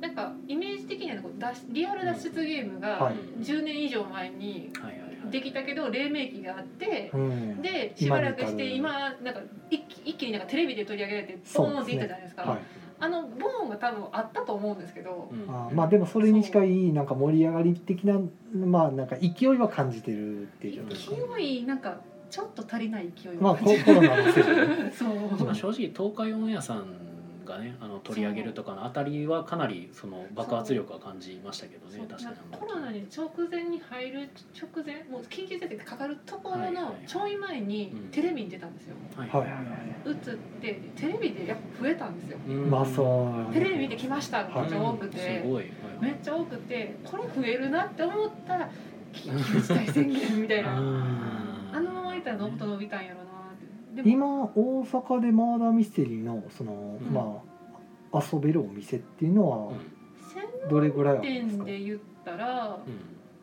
[SPEAKER 3] なんかイメージ的にはなんか脱リアル脱出ゲー
[SPEAKER 2] は
[SPEAKER 3] ムが
[SPEAKER 2] い
[SPEAKER 3] 10年以上前に
[SPEAKER 1] はいはいはい
[SPEAKER 3] できたけど黎明期があって
[SPEAKER 2] うん、
[SPEAKER 3] でしばらく
[SPEAKER 2] 今
[SPEAKER 3] し
[SPEAKER 2] に至
[SPEAKER 3] て
[SPEAKER 2] る
[SPEAKER 3] 今なんか一気一気になんかテレビで取り上げられてボ
[SPEAKER 2] そう
[SPEAKER 3] ー
[SPEAKER 2] ですね
[SPEAKER 3] ンっていったじゃないですか。
[SPEAKER 2] はい
[SPEAKER 3] あのボーンが多分あったと思うんですけど
[SPEAKER 1] う、ん
[SPEAKER 2] あーまあでもそれに近いなんか盛り上がり的なまあなんか勢いは感じてるっていう状況ですね
[SPEAKER 3] 勢いなんかちょっと足りない勢い
[SPEAKER 2] まあ
[SPEAKER 3] を感
[SPEAKER 2] コ
[SPEAKER 3] じ
[SPEAKER 2] コロナのせいでね、
[SPEAKER 3] る。 そう。
[SPEAKER 1] まあ正直東海オンエアさんがねあの取り上げるとかのあたりはかなりその爆発力は感じましたけど
[SPEAKER 3] そ
[SPEAKER 1] ね
[SPEAKER 3] う
[SPEAKER 1] 確かに
[SPEAKER 3] なんかコロナに直前に入る直前もう緊急事態ってかかるとこ
[SPEAKER 1] は
[SPEAKER 3] ろ
[SPEAKER 1] いはいは
[SPEAKER 3] の
[SPEAKER 1] い
[SPEAKER 3] ちょい前に
[SPEAKER 1] うん
[SPEAKER 3] テレビに出たんですよ、
[SPEAKER 1] はい
[SPEAKER 2] はい
[SPEAKER 3] 打つってテレビでやっぱ増えたんですよ
[SPEAKER 1] うん
[SPEAKER 2] まあそう
[SPEAKER 3] テレビ見てきましたってめっちゃ多く
[SPEAKER 1] す
[SPEAKER 3] て、
[SPEAKER 1] ごい、はい
[SPEAKER 3] めっちゃ多くてこれ増えるなって思ったら緊急事態宣言みたいなあのままいったら伸びと伸びたんやろなってでも
[SPEAKER 2] 今大阪でマーダーミステリーのその、
[SPEAKER 1] うん
[SPEAKER 2] まあ遊べるお店っていうの
[SPEAKER 1] うん
[SPEAKER 2] はどれぐらいあるんです
[SPEAKER 3] 点
[SPEAKER 2] か、
[SPEAKER 3] で言ったら、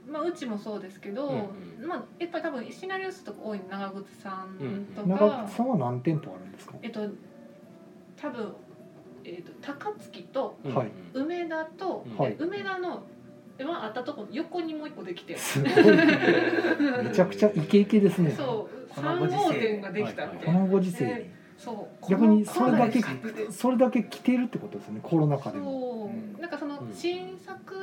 [SPEAKER 1] う
[SPEAKER 3] まあ、うちもそうですけど、
[SPEAKER 1] うん
[SPEAKER 3] まあ、やっぱり多分シナリオ数とか多い長靴さんとか、
[SPEAKER 2] 長久さんは何店舗あるんですか
[SPEAKER 3] えっと多分、えっと、高槻と
[SPEAKER 1] ん
[SPEAKER 2] はい
[SPEAKER 1] うん
[SPEAKER 3] 梅田と、
[SPEAKER 2] はい
[SPEAKER 3] 梅田の今あったとこの横にもう一個できて
[SPEAKER 2] すごいめちゃくちゃイケイケですね
[SPEAKER 3] そう
[SPEAKER 4] この
[SPEAKER 3] 3
[SPEAKER 4] ご時世
[SPEAKER 3] 号店ができたみたい
[SPEAKER 2] こ
[SPEAKER 3] な、
[SPEAKER 2] のご時世に
[SPEAKER 3] そう
[SPEAKER 2] 逆にそれだけ
[SPEAKER 3] このコロナで
[SPEAKER 2] それだけ来てるってことですよねコロナ禍でも
[SPEAKER 3] そううなんかその
[SPEAKER 1] うん
[SPEAKER 3] 新作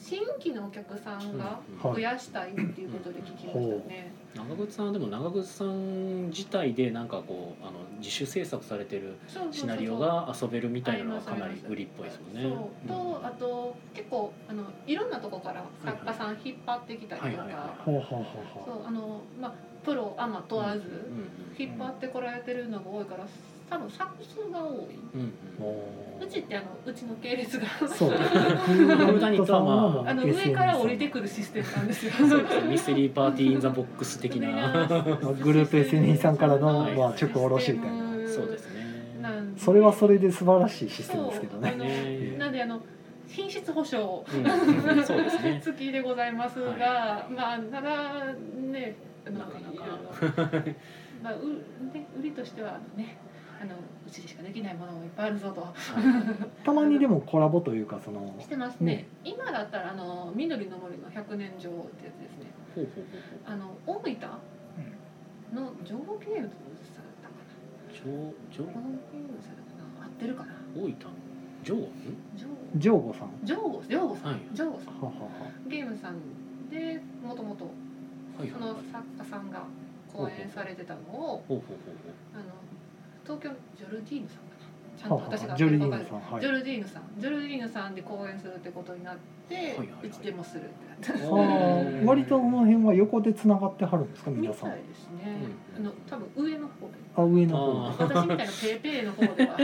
[SPEAKER 3] 新規のお客さんが
[SPEAKER 2] はい
[SPEAKER 3] 増やしたいっていうことで聞きましたね、
[SPEAKER 1] 長靴さんはでも長靴さん自体でなんかこうあの自主制作されてる
[SPEAKER 3] そうそうそうそう
[SPEAKER 1] シナリオが遊べるみたいなのはかなり売りっぽいですよね。
[SPEAKER 3] そうとあと結構あのいろんなとこから作家さん引っ張ってきた
[SPEAKER 1] は
[SPEAKER 3] り
[SPEAKER 1] い
[SPEAKER 3] と
[SPEAKER 1] はい
[SPEAKER 3] か
[SPEAKER 1] は
[SPEAKER 2] ほうほうほう
[SPEAKER 3] そ
[SPEAKER 2] ほ
[SPEAKER 3] うあのまあプロアマ
[SPEAKER 1] い。
[SPEAKER 3] 問わず
[SPEAKER 1] うん
[SPEAKER 3] 引っ張ってこられてるのが多いから多分作数が多
[SPEAKER 1] う
[SPEAKER 3] い。
[SPEAKER 1] ん
[SPEAKER 2] う
[SPEAKER 1] うん。
[SPEAKER 2] おー
[SPEAKER 3] うちってあのうちの系列が
[SPEAKER 2] そう
[SPEAKER 1] ブダニットはまあ
[SPEAKER 3] あの上から降りてくるシステムなんですよ。
[SPEAKER 1] そうですねミステリーパーティーインザボックス的 な。
[SPEAKER 2] グループ SNE さんからの、
[SPEAKER 1] はい
[SPEAKER 2] まあ、直おろしみたいな
[SPEAKER 3] な
[SPEAKER 1] そうですね。
[SPEAKER 3] なん
[SPEAKER 2] それはそれで素晴らしいシステムですけどね
[SPEAKER 3] そうあの
[SPEAKER 1] ね
[SPEAKER 3] なんであの品質保証
[SPEAKER 1] うんそうです ね。
[SPEAKER 3] 付きでございますが、
[SPEAKER 1] はい
[SPEAKER 3] まあただねあの
[SPEAKER 1] なかなか
[SPEAKER 3] いろいろまあうね売りとしてはねあのうちでしかできないものもいっぱいあるぞと
[SPEAKER 1] は
[SPEAKER 2] たまにでもコラボというかその
[SPEAKER 3] してますね今だったらあの緑の森の百年女王ってやつです
[SPEAKER 1] い
[SPEAKER 3] ね
[SPEAKER 1] ほうほう
[SPEAKER 3] あの大分
[SPEAKER 1] ほうほう。上
[SPEAKER 3] の情報経由されたかな情報経由されたかな合ってるかな
[SPEAKER 1] 上大分上ん
[SPEAKER 3] 情
[SPEAKER 2] ジョーゴさん
[SPEAKER 3] ジョーゴジョーゴさ
[SPEAKER 1] は
[SPEAKER 3] ん、
[SPEAKER 1] い
[SPEAKER 3] ジョーゴさん
[SPEAKER 2] ははは
[SPEAKER 3] ゲームさんでもともと
[SPEAKER 1] はい
[SPEAKER 3] そ
[SPEAKER 1] はいはい
[SPEAKER 3] の作家さんが講演されてたのを
[SPEAKER 1] ほうほうほうほ
[SPEAKER 3] あの東京ジョルディーヌさんかちゃんと私が
[SPEAKER 2] ジョルディ
[SPEAKER 3] わ
[SPEAKER 2] ー
[SPEAKER 3] か
[SPEAKER 2] ヌ
[SPEAKER 3] る
[SPEAKER 2] さんはい
[SPEAKER 3] ジョルディーヌさんジョルディーヌさんで公演するってことになって、
[SPEAKER 1] はいはいう
[SPEAKER 3] ちでもするって なった
[SPEAKER 1] あ
[SPEAKER 2] ああ割とこの辺は横で繋がってはるんですか
[SPEAKER 3] み
[SPEAKER 2] 皆さ
[SPEAKER 3] た
[SPEAKER 2] ん
[SPEAKER 3] いですね、
[SPEAKER 1] うん
[SPEAKER 3] あの多分上の方で
[SPEAKER 2] あ上の
[SPEAKER 1] あ
[SPEAKER 2] 方
[SPEAKER 3] 私みたいなペーペーの方では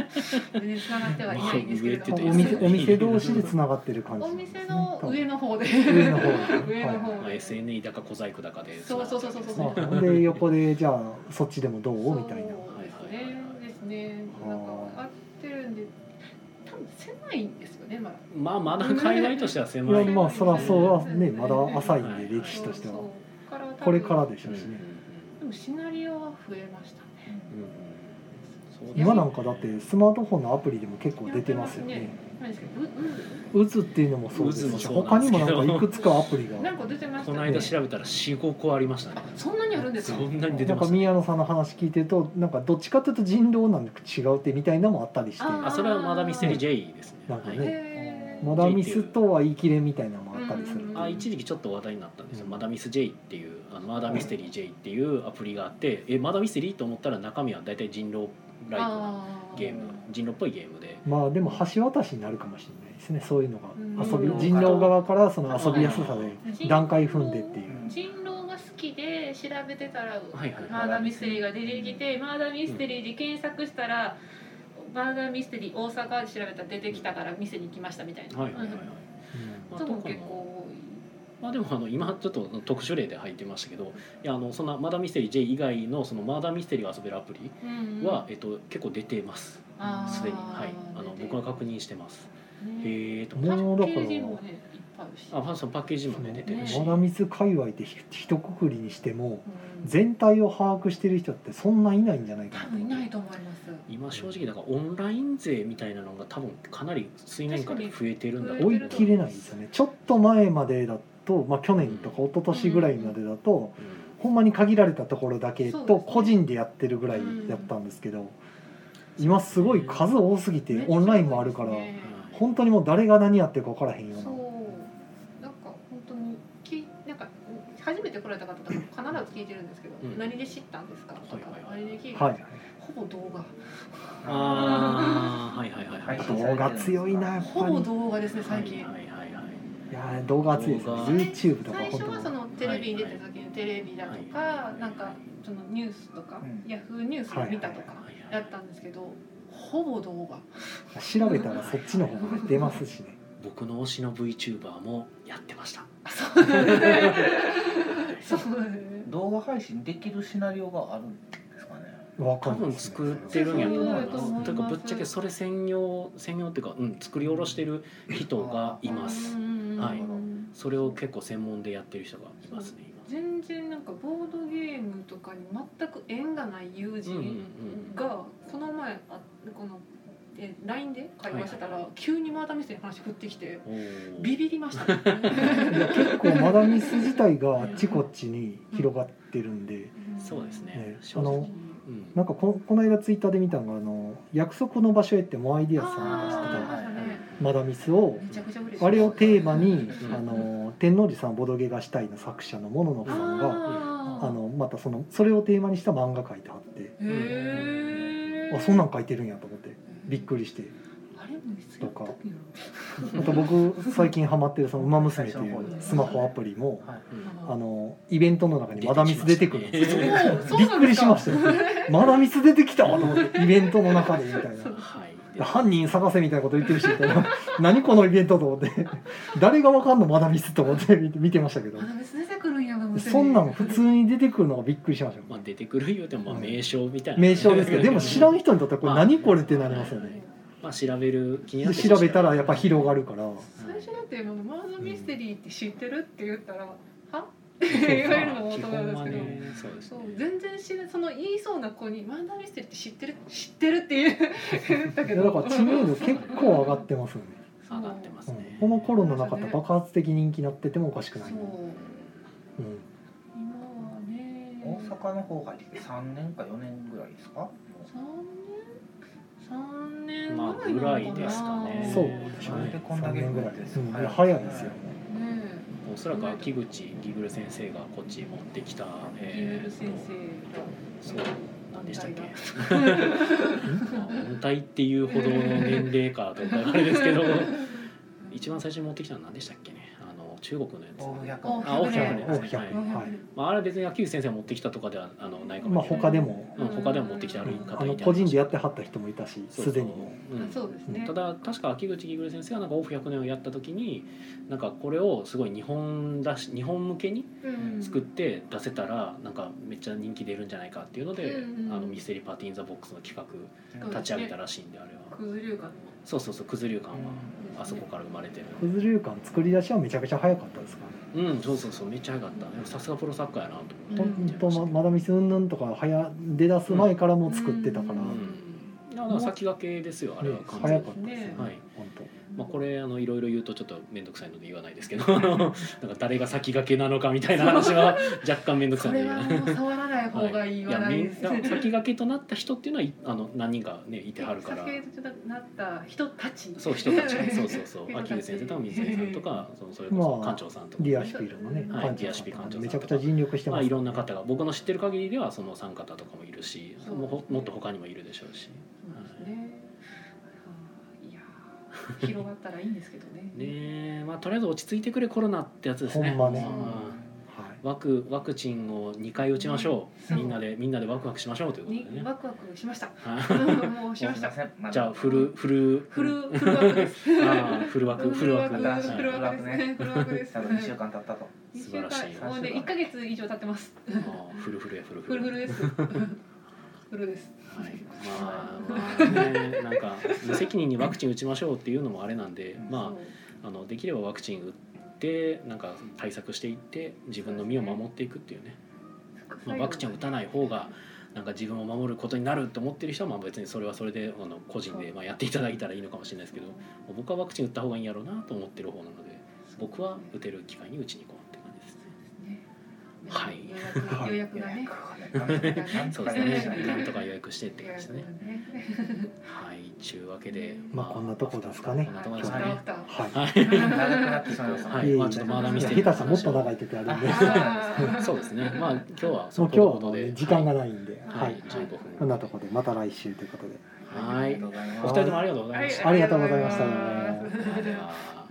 [SPEAKER 3] 全然つながってはいないんですけれど
[SPEAKER 1] まあ
[SPEAKER 2] お
[SPEAKER 1] 上って言って
[SPEAKER 2] 店
[SPEAKER 1] た
[SPEAKER 2] お店同士で繋がってる感じ
[SPEAKER 3] お
[SPEAKER 2] なんですね
[SPEAKER 3] 店の上の方で
[SPEAKER 2] 上の方で
[SPEAKER 3] 上の方
[SPEAKER 1] まあ、
[SPEAKER 3] で
[SPEAKER 1] SNE だか小細工だかで
[SPEAKER 3] そうそうそうそうそう
[SPEAKER 2] 多分あで横でじゃあそっちでもどうみたいな
[SPEAKER 3] そうですねですねなんか合ってるんで多分狭いんですよねまだ
[SPEAKER 1] まあまだ界隈としては狭い
[SPEAKER 2] いやまあそらそうはねまだ浅いんで歴史としては
[SPEAKER 3] そうそうら多分
[SPEAKER 2] これからでしょうしね
[SPEAKER 1] う
[SPEAKER 3] でもシナリオは増えましたね
[SPEAKER 1] んうんそうです
[SPEAKER 2] 今なんかだってスマートフォンのアプリでも結構出てますよ
[SPEAKER 3] やって
[SPEAKER 2] ね
[SPEAKER 3] 何ですかうう
[SPEAKER 2] 渦っていうのもそうですし
[SPEAKER 1] 渦もそうな
[SPEAKER 2] 他
[SPEAKER 1] んで
[SPEAKER 2] に
[SPEAKER 1] すけ
[SPEAKER 2] も
[SPEAKER 1] ど
[SPEAKER 2] なんかいくつかアプリが
[SPEAKER 3] なんか出てました
[SPEAKER 1] こ
[SPEAKER 3] ね
[SPEAKER 1] の間調べたら45個ありましたね
[SPEAKER 3] あそんなにあるんです
[SPEAKER 1] そ
[SPEAKER 3] か
[SPEAKER 1] んなに出て
[SPEAKER 2] なん
[SPEAKER 1] ま
[SPEAKER 2] か
[SPEAKER 1] した
[SPEAKER 2] 宮野さんの話聞いてるとなんかどっちかというと人狼なんか違うってみたいなのもあったりして
[SPEAKER 1] あ
[SPEAKER 3] あ
[SPEAKER 1] それはマダミステリー J ですね
[SPEAKER 2] なんか
[SPEAKER 1] は
[SPEAKER 2] ね
[SPEAKER 1] い
[SPEAKER 3] へー
[SPEAKER 2] マダミスとは言い切れみたいなのもあったりする
[SPEAKER 3] うん
[SPEAKER 1] あ一時期ちょっと話題になったんですよ、
[SPEAKER 2] うん
[SPEAKER 1] マダミス J っていうあのマダミステリー J っていうアプリがあってえマダミステリーと思ったら中身は大体人狼ライクな
[SPEAKER 3] あ
[SPEAKER 1] ゲーム人狼っぽいゲームで
[SPEAKER 2] まあでも橋渡しになるかもしれないですねそういうのが遊び
[SPEAKER 3] うん
[SPEAKER 2] 人狼側からその遊びやすさで
[SPEAKER 3] 人
[SPEAKER 2] 段階踏んでっていううん
[SPEAKER 3] 人狼が好きで調べてたら、
[SPEAKER 1] はいはい
[SPEAKER 3] マーダーミステリーが出てきてマーダーミステリーで検索したら、マーダーミステリー大阪で調べたら出てきたから店に行きましたみたいな、
[SPEAKER 1] はいはいはいはい、
[SPEAKER 2] うん
[SPEAKER 1] まあ
[SPEAKER 3] そういうのも
[SPEAKER 1] とか
[SPEAKER 3] 結
[SPEAKER 1] も
[SPEAKER 3] 構
[SPEAKER 1] まあでもあの今ちょっと特殊例で入ってましたけどいやあのそんなマダミステリー J 以外のそのマダミステリーを遊べるアプリ
[SPEAKER 3] 多い、うんうん
[SPEAKER 1] は、えっと、結構出てます
[SPEAKER 3] あー
[SPEAKER 1] すでに、はい、あの僕は確認してます
[SPEAKER 3] ね
[SPEAKER 1] へえと
[SPEAKER 3] パ
[SPEAKER 2] もう
[SPEAKER 3] ッケージもねいっぱいあるし
[SPEAKER 1] あファンさんパッケージもね出てるし、
[SPEAKER 2] マダミス界隈ってひ一括りにしても
[SPEAKER 3] うん
[SPEAKER 2] 全体を把握してる人ってそんないないんじゃないか
[SPEAKER 3] 多
[SPEAKER 2] な
[SPEAKER 3] 分いないと思います
[SPEAKER 1] 今正直なんかオンライン勢みたいなのが多分かなり水面下で増えてるんだ
[SPEAKER 3] 確かに
[SPEAKER 1] ろう
[SPEAKER 2] 追い切れないですよねちょっと前までだと、まあ、去年とか一昨年ぐらいまでだと、
[SPEAKER 1] うん
[SPEAKER 2] ほんまに限られたところだけ
[SPEAKER 3] そうで
[SPEAKER 2] と
[SPEAKER 3] すね
[SPEAKER 2] 個人でやってるぐらいやったんですけど、今すごい数多すぎてオンラインもあるから、
[SPEAKER 3] ね
[SPEAKER 2] 本当にもう誰が何やってるか分からへんよう
[SPEAKER 3] そうなんか本当にきなんか初めて来られた方とか必ず聞いてるんですけど、
[SPEAKER 1] うん
[SPEAKER 3] 何で知ったんですかとか、
[SPEAKER 1] はいはいはい
[SPEAKER 3] 何で聞い
[SPEAKER 2] な。
[SPEAKER 3] たん
[SPEAKER 2] はい
[SPEAKER 3] ですか、ほぼ動画
[SPEAKER 1] ああはいはいはいはい
[SPEAKER 4] はい
[SPEAKER 2] 動画強いなやっ
[SPEAKER 3] ほ
[SPEAKER 2] ぱ
[SPEAKER 3] ぼ
[SPEAKER 2] り
[SPEAKER 3] 動画ですね最近、
[SPEAKER 1] はいはいはいはい
[SPEAKER 2] いやー動画熱いですね
[SPEAKER 1] 動画
[SPEAKER 2] YouTube とか
[SPEAKER 3] 最
[SPEAKER 2] 本
[SPEAKER 3] 初はそ
[SPEAKER 2] 当
[SPEAKER 3] のテレビに出てた時にテレビだとか、
[SPEAKER 1] はい
[SPEAKER 3] なんかそのニュースとか、
[SPEAKER 4] うん
[SPEAKER 3] ヤフーニュースを見たとか
[SPEAKER 1] はいはい
[SPEAKER 3] だったんですけど、ほぼ 動画
[SPEAKER 2] 調べたらそっちの方が出ますしね
[SPEAKER 1] 僕の推しの VTuber もやってました
[SPEAKER 3] そうね
[SPEAKER 4] 動画配信できるシナリオがあるんですかね
[SPEAKER 2] 分
[SPEAKER 1] 多
[SPEAKER 2] かんない
[SPEAKER 1] 分
[SPEAKER 2] です
[SPEAKER 1] 作っ
[SPEAKER 2] ね
[SPEAKER 1] てるんやと思い
[SPEAKER 3] そうだと思い
[SPEAKER 1] ま
[SPEAKER 3] ま
[SPEAKER 1] す
[SPEAKER 3] す
[SPEAKER 1] というかぶっちゃけそれ専用専用っていうか、うん、作り下ろしてる人がいますはいそれを結構専門でやってる人がいますね今
[SPEAKER 3] 全然なんかボードゲームとかに全く縁がない友人がこの前あこのえ LINE で会話してたら急にまた店に話振ってきて
[SPEAKER 1] おー
[SPEAKER 3] ビビりましたね
[SPEAKER 2] いや結構マダミス自体があっちこっちに広がってるんで
[SPEAKER 1] そうですね
[SPEAKER 2] ね
[SPEAKER 1] 正直
[SPEAKER 2] あの
[SPEAKER 3] う
[SPEAKER 1] うん
[SPEAKER 2] なんかここの間ツイッターで見たのがあの「約束の場所へ」ってモアイディアスさんが
[SPEAKER 3] あーあり
[SPEAKER 2] して
[SPEAKER 3] ましたね
[SPEAKER 2] たマダミスを
[SPEAKER 3] めちゃくちゃ嬉しい
[SPEAKER 2] あれをテーマに
[SPEAKER 1] うん
[SPEAKER 2] あの天王寺さんボドゲがしたいの作者のモノノフさんが
[SPEAKER 3] あー
[SPEAKER 2] あのまたそのそれをテーマにした漫画書いてあって
[SPEAKER 3] へー
[SPEAKER 2] あそんなん書いてるんやと思ってびっくりして
[SPEAKER 3] あれもいつやったっけな
[SPEAKER 2] また僕最近ハマってる「そのウマ娘」というスマホアプリも
[SPEAKER 4] はい
[SPEAKER 1] うん
[SPEAKER 2] あのイベントの中にマダミス出てくるんですよ
[SPEAKER 1] 出てき
[SPEAKER 3] そう
[SPEAKER 2] びっくりしました
[SPEAKER 3] そ
[SPEAKER 2] よ
[SPEAKER 3] うなんですか
[SPEAKER 2] マダミス出てきたわと思ってイベントの中でみたいな。
[SPEAKER 1] はい
[SPEAKER 2] いや犯人探せみたいなこと言ってるしみたいな 何このイベントと思って誰がわかんのまだミスと思って見て見てましたけど
[SPEAKER 3] あの別に出てくるんやが
[SPEAKER 2] そんなん普通に出てくるのがびっくりしました
[SPEAKER 1] まあ
[SPEAKER 2] よ
[SPEAKER 1] 出てくる言うてもまあ名称みたいな、
[SPEAKER 2] 名称ですけどでも知らん人にとってはこれ
[SPEAKER 1] まあ
[SPEAKER 2] 何これってなりますよね
[SPEAKER 1] まあ調べる気にな
[SPEAKER 2] で
[SPEAKER 1] って
[SPEAKER 2] 調べたらやっぱ広がるから
[SPEAKER 3] 最初だってもうマーズミステリーって知ってるって言ったら、はって言われるのも大
[SPEAKER 1] 基
[SPEAKER 3] 人
[SPEAKER 1] 本
[SPEAKER 3] なんです
[SPEAKER 1] は
[SPEAKER 3] けど、
[SPEAKER 1] ねそうです
[SPEAKER 3] そう
[SPEAKER 1] ね
[SPEAKER 3] 全然知らその言いそうな子にマーダーミステリーって知ってる知ってるって言う言ったけ
[SPEAKER 2] いや
[SPEAKER 3] ど
[SPEAKER 2] だから知名度結構上がってますよね、
[SPEAKER 3] そう
[SPEAKER 1] 上がってます
[SPEAKER 2] うん
[SPEAKER 1] ね、
[SPEAKER 2] このコロナなかったら爆発的人気になっててもおかしくない、
[SPEAKER 3] そう
[SPEAKER 2] うん
[SPEAKER 3] 今はね
[SPEAKER 4] 大阪の方が三年か四年ぐらいですか
[SPEAKER 3] 三年
[SPEAKER 1] まあ
[SPEAKER 3] 三年ぐらいなのかな
[SPEAKER 1] ぐらいですかね
[SPEAKER 2] そう
[SPEAKER 1] でし
[SPEAKER 4] そ
[SPEAKER 1] ょう
[SPEAKER 4] れ
[SPEAKER 1] ね
[SPEAKER 4] でこん
[SPEAKER 2] 3
[SPEAKER 4] だけ
[SPEAKER 2] 年
[SPEAKER 4] 増
[SPEAKER 2] ぐ
[SPEAKER 4] え
[SPEAKER 2] らい
[SPEAKER 4] て
[SPEAKER 2] です、うん、早いですよ
[SPEAKER 3] ね
[SPEAKER 1] おそらく秋口ギグル先生がこっち持ってきた、え
[SPEAKER 3] えギブル
[SPEAKER 1] ー
[SPEAKER 3] 先生が
[SPEAKER 1] そう何でしたっけ本体っていうほどの年齢かとかあれですけど 一番最初に持ってきたのは何でしたっけねあの中国のや
[SPEAKER 4] 大
[SPEAKER 1] つ、
[SPEAKER 4] 百
[SPEAKER 3] お
[SPEAKER 4] 科
[SPEAKER 1] あ大きな船ですね、
[SPEAKER 2] 大
[SPEAKER 1] は
[SPEAKER 2] き
[SPEAKER 1] い
[SPEAKER 2] な船
[SPEAKER 3] はい
[SPEAKER 1] まあ、あれは別に野球先生が持ってきたとかではあのないか
[SPEAKER 2] ま
[SPEAKER 1] も
[SPEAKER 2] あ
[SPEAKER 1] しれない、
[SPEAKER 2] 他でも、
[SPEAKER 1] うん、他でも持ってきてある
[SPEAKER 2] うん
[SPEAKER 1] 方
[SPEAKER 2] あの
[SPEAKER 1] いた
[SPEAKER 2] 個
[SPEAKER 1] り
[SPEAKER 2] 人
[SPEAKER 1] とか
[SPEAKER 2] でやってはった人もいたし
[SPEAKER 1] そうそう
[SPEAKER 2] すでにも
[SPEAKER 1] うん
[SPEAKER 3] そうですね
[SPEAKER 1] ただ確か秋口木暮先生がなんかオフ100年をやった時になんかこれをすごい日本だし日本向けに
[SPEAKER 3] うん
[SPEAKER 1] 作って出せたらなんかめっちゃ人気出るんじゃないかっていうので、
[SPEAKER 3] うんうん
[SPEAKER 1] あのミステリーパーティー・イン・ザ・ボックスの企
[SPEAKER 3] う
[SPEAKER 1] 画
[SPEAKER 3] ん
[SPEAKER 1] 立ち上げたらしいんであれは
[SPEAKER 3] 崩れるかな
[SPEAKER 1] そうそうそうくず流感は
[SPEAKER 3] うん
[SPEAKER 1] あそこから生まれてる
[SPEAKER 2] クズ流感作り出しはめちゃくちゃ早かったですからね
[SPEAKER 1] うんそうそうそうめっちゃ早かったでもさすがプロサッカーやなと思
[SPEAKER 3] うん
[SPEAKER 2] 本
[SPEAKER 1] って見て
[SPEAKER 2] 当
[SPEAKER 1] ました
[SPEAKER 2] ままだミスうんぬんとか早出だす前からもう作ってたから、
[SPEAKER 3] うん
[SPEAKER 1] だから先駆けですよあれは
[SPEAKER 2] ね
[SPEAKER 1] 完全
[SPEAKER 2] 早
[SPEAKER 1] に
[SPEAKER 2] かったですね、
[SPEAKER 1] はい
[SPEAKER 2] 本
[SPEAKER 1] まあ、これあのいろいろ言うとちょっと面倒くさいので言わないですけどあのなんか誰が先駆けなのかみたいな話は若干面倒くさ
[SPEAKER 3] そ
[SPEAKER 1] いの
[SPEAKER 3] れ
[SPEAKER 1] で
[SPEAKER 3] は もう触らない方がいい話
[SPEAKER 1] や
[SPEAKER 3] 題
[SPEAKER 1] みん
[SPEAKER 3] です
[SPEAKER 1] な先駆けとなった人っていうのはいあの何人かねいてはる から
[SPEAKER 3] 酒となった人たち
[SPEAKER 1] そう人たちそうそうそう
[SPEAKER 3] 人たち
[SPEAKER 1] 秋口先生とか水江さんとかそのそれこそ
[SPEAKER 2] まあ
[SPEAKER 1] 館長さんと
[SPEAKER 2] 当
[SPEAKER 1] か、
[SPEAKER 2] リアシピルのね、
[SPEAKER 3] はい
[SPEAKER 2] 館
[SPEAKER 1] リ
[SPEAKER 2] 長
[SPEAKER 1] ア
[SPEAKER 2] さ
[SPEAKER 1] シ
[SPEAKER 2] ん
[SPEAKER 1] ピ
[SPEAKER 2] と
[SPEAKER 1] 館長さ
[SPEAKER 2] か
[SPEAKER 1] ん
[SPEAKER 2] めちゃくちゃ尽力して
[SPEAKER 1] ま
[SPEAKER 2] ま
[SPEAKER 1] あ、
[SPEAKER 2] す、
[SPEAKER 1] いろんな方が僕の知ってる限りではそのお三方とかもいるし
[SPEAKER 3] そう
[SPEAKER 1] もうほもっと他にもいるでしょうし。
[SPEAKER 3] そうですねはいいやー広がったらいいんですけどね
[SPEAKER 1] ねえまあ、とりあえず落ち着いてくれコロナってやつですね。
[SPEAKER 2] ほんまね
[SPEAKER 1] うん
[SPEAKER 2] はい
[SPEAKER 1] ワクワクチンを2回打ちましょう、
[SPEAKER 3] うん
[SPEAKER 1] みんなでみんなでワクワクしましょうということで
[SPEAKER 3] に
[SPEAKER 1] ね
[SPEAKER 3] ワクワクしました
[SPEAKER 1] はい
[SPEAKER 3] もうしまし
[SPEAKER 4] す い
[SPEAKER 3] た
[SPEAKER 4] ませんまだ
[SPEAKER 1] じゃあフルフル
[SPEAKER 3] フルフルワクです
[SPEAKER 1] あーフルワクフルワク
[SPEAKER 3] フル
[SPEAKER 1] は
[SPEAKER 3] ワ
[SPEAKER 1] い
[SPEAKER 3] クフルワクですねフルワクです
[SPEAKER 4] 多分2週間経ったと
[SPEAKER 3] 一
[SPEAKER 1] 素晴らしい
[SPEAKER 3] 週間もうね一ヶ月以上経ってます
[SPEAKER 1] あーフルフルやフル
[SPEAKER 3] フ
[SPEAKER 1] フル
[SPEAKER 3] ルフルですフルです
[SPEAKER 1] はいまあまあねなんか無責任にワクチン打ちましょうっていうのもあれなんでまああのできればワクチン打ってなんか対策していって自分の身を守っていくっていうね、まあ、ワクチンを打たない方がなんか自分を守ることになると思ってる人はまあ別にそれはそれであの個人でまあやっていただいたらいいのかもしれないですけど僕はワクチン打った方がいいんやろうなと思ってる方なので僕は打てる機会に打ちに行こうって感じですね。はい
[SPEAKER 3] 予約予約がね
[SPEAKER 1] そうです
[SPEAKER 3] は
[SPEAKER 1] ね。
[SPEAKER 3] い
[SPEAKER 1] なんとか予約してって
[SPEAKER 3] 予
[SPEAKER 1] 感じ
[SPEAKER 3] 約
[SPEAKER 1] です
[SPEAKER 3] が
[SPEAKER 1] ね。
[SPEAKER 3] ね
[SPEAKER 1] はい、ちゅうわけで、
[SPEAKER 2] まあこんなとこですかね
[SPEAKER 1] こんなとこ
[SPEAKER 3] は
[SPEAKER 1] で
[SPEAKER 3] い
[SPEAKER 1] すか
[SPEAKER 3] 伝わ
[SPEAKER 1] ね
[SPEAKER 3] っ。た
[SPEAKER 2] はい
[SPEAKER 1] はい、
[SPEAKER 4] 長くなってしまいました、
[SPEAKER 1] はい
[SPEAKER 2] ええ
[SPEAKER 1] まあちょっとまだ見せて
[SPEAKER 2] 下手したらもっと長い時あるんで
[SPEAKER 4] あ
[SPEAKER 2] もう
[SPEAKER 3] あ ー
[SPEAKER 1] そうですね。まあ今日は
[SPEAKER 2] 今日はもうね時間が
[SPEAKER 1] は
[SPEAKER 2] ないんで、
[SPEAKER 1] い、
[SPEAKER 2] は
[SPEAKER 1] はいい、15
[SPEAKER 2] こん
[SPEAKER 1] 分。
[SPEAKER 2] なとこでまた来週ということで
[SPEAKER 1] はい
[SPEAKER 4] ありがとうございます
[SPEAKER 1] お二人ともありがとうございました。
[SPEAKER 2] ありがとうございました
[SPEAKER 3] ありがとうございます
[SPEAKER 1] では。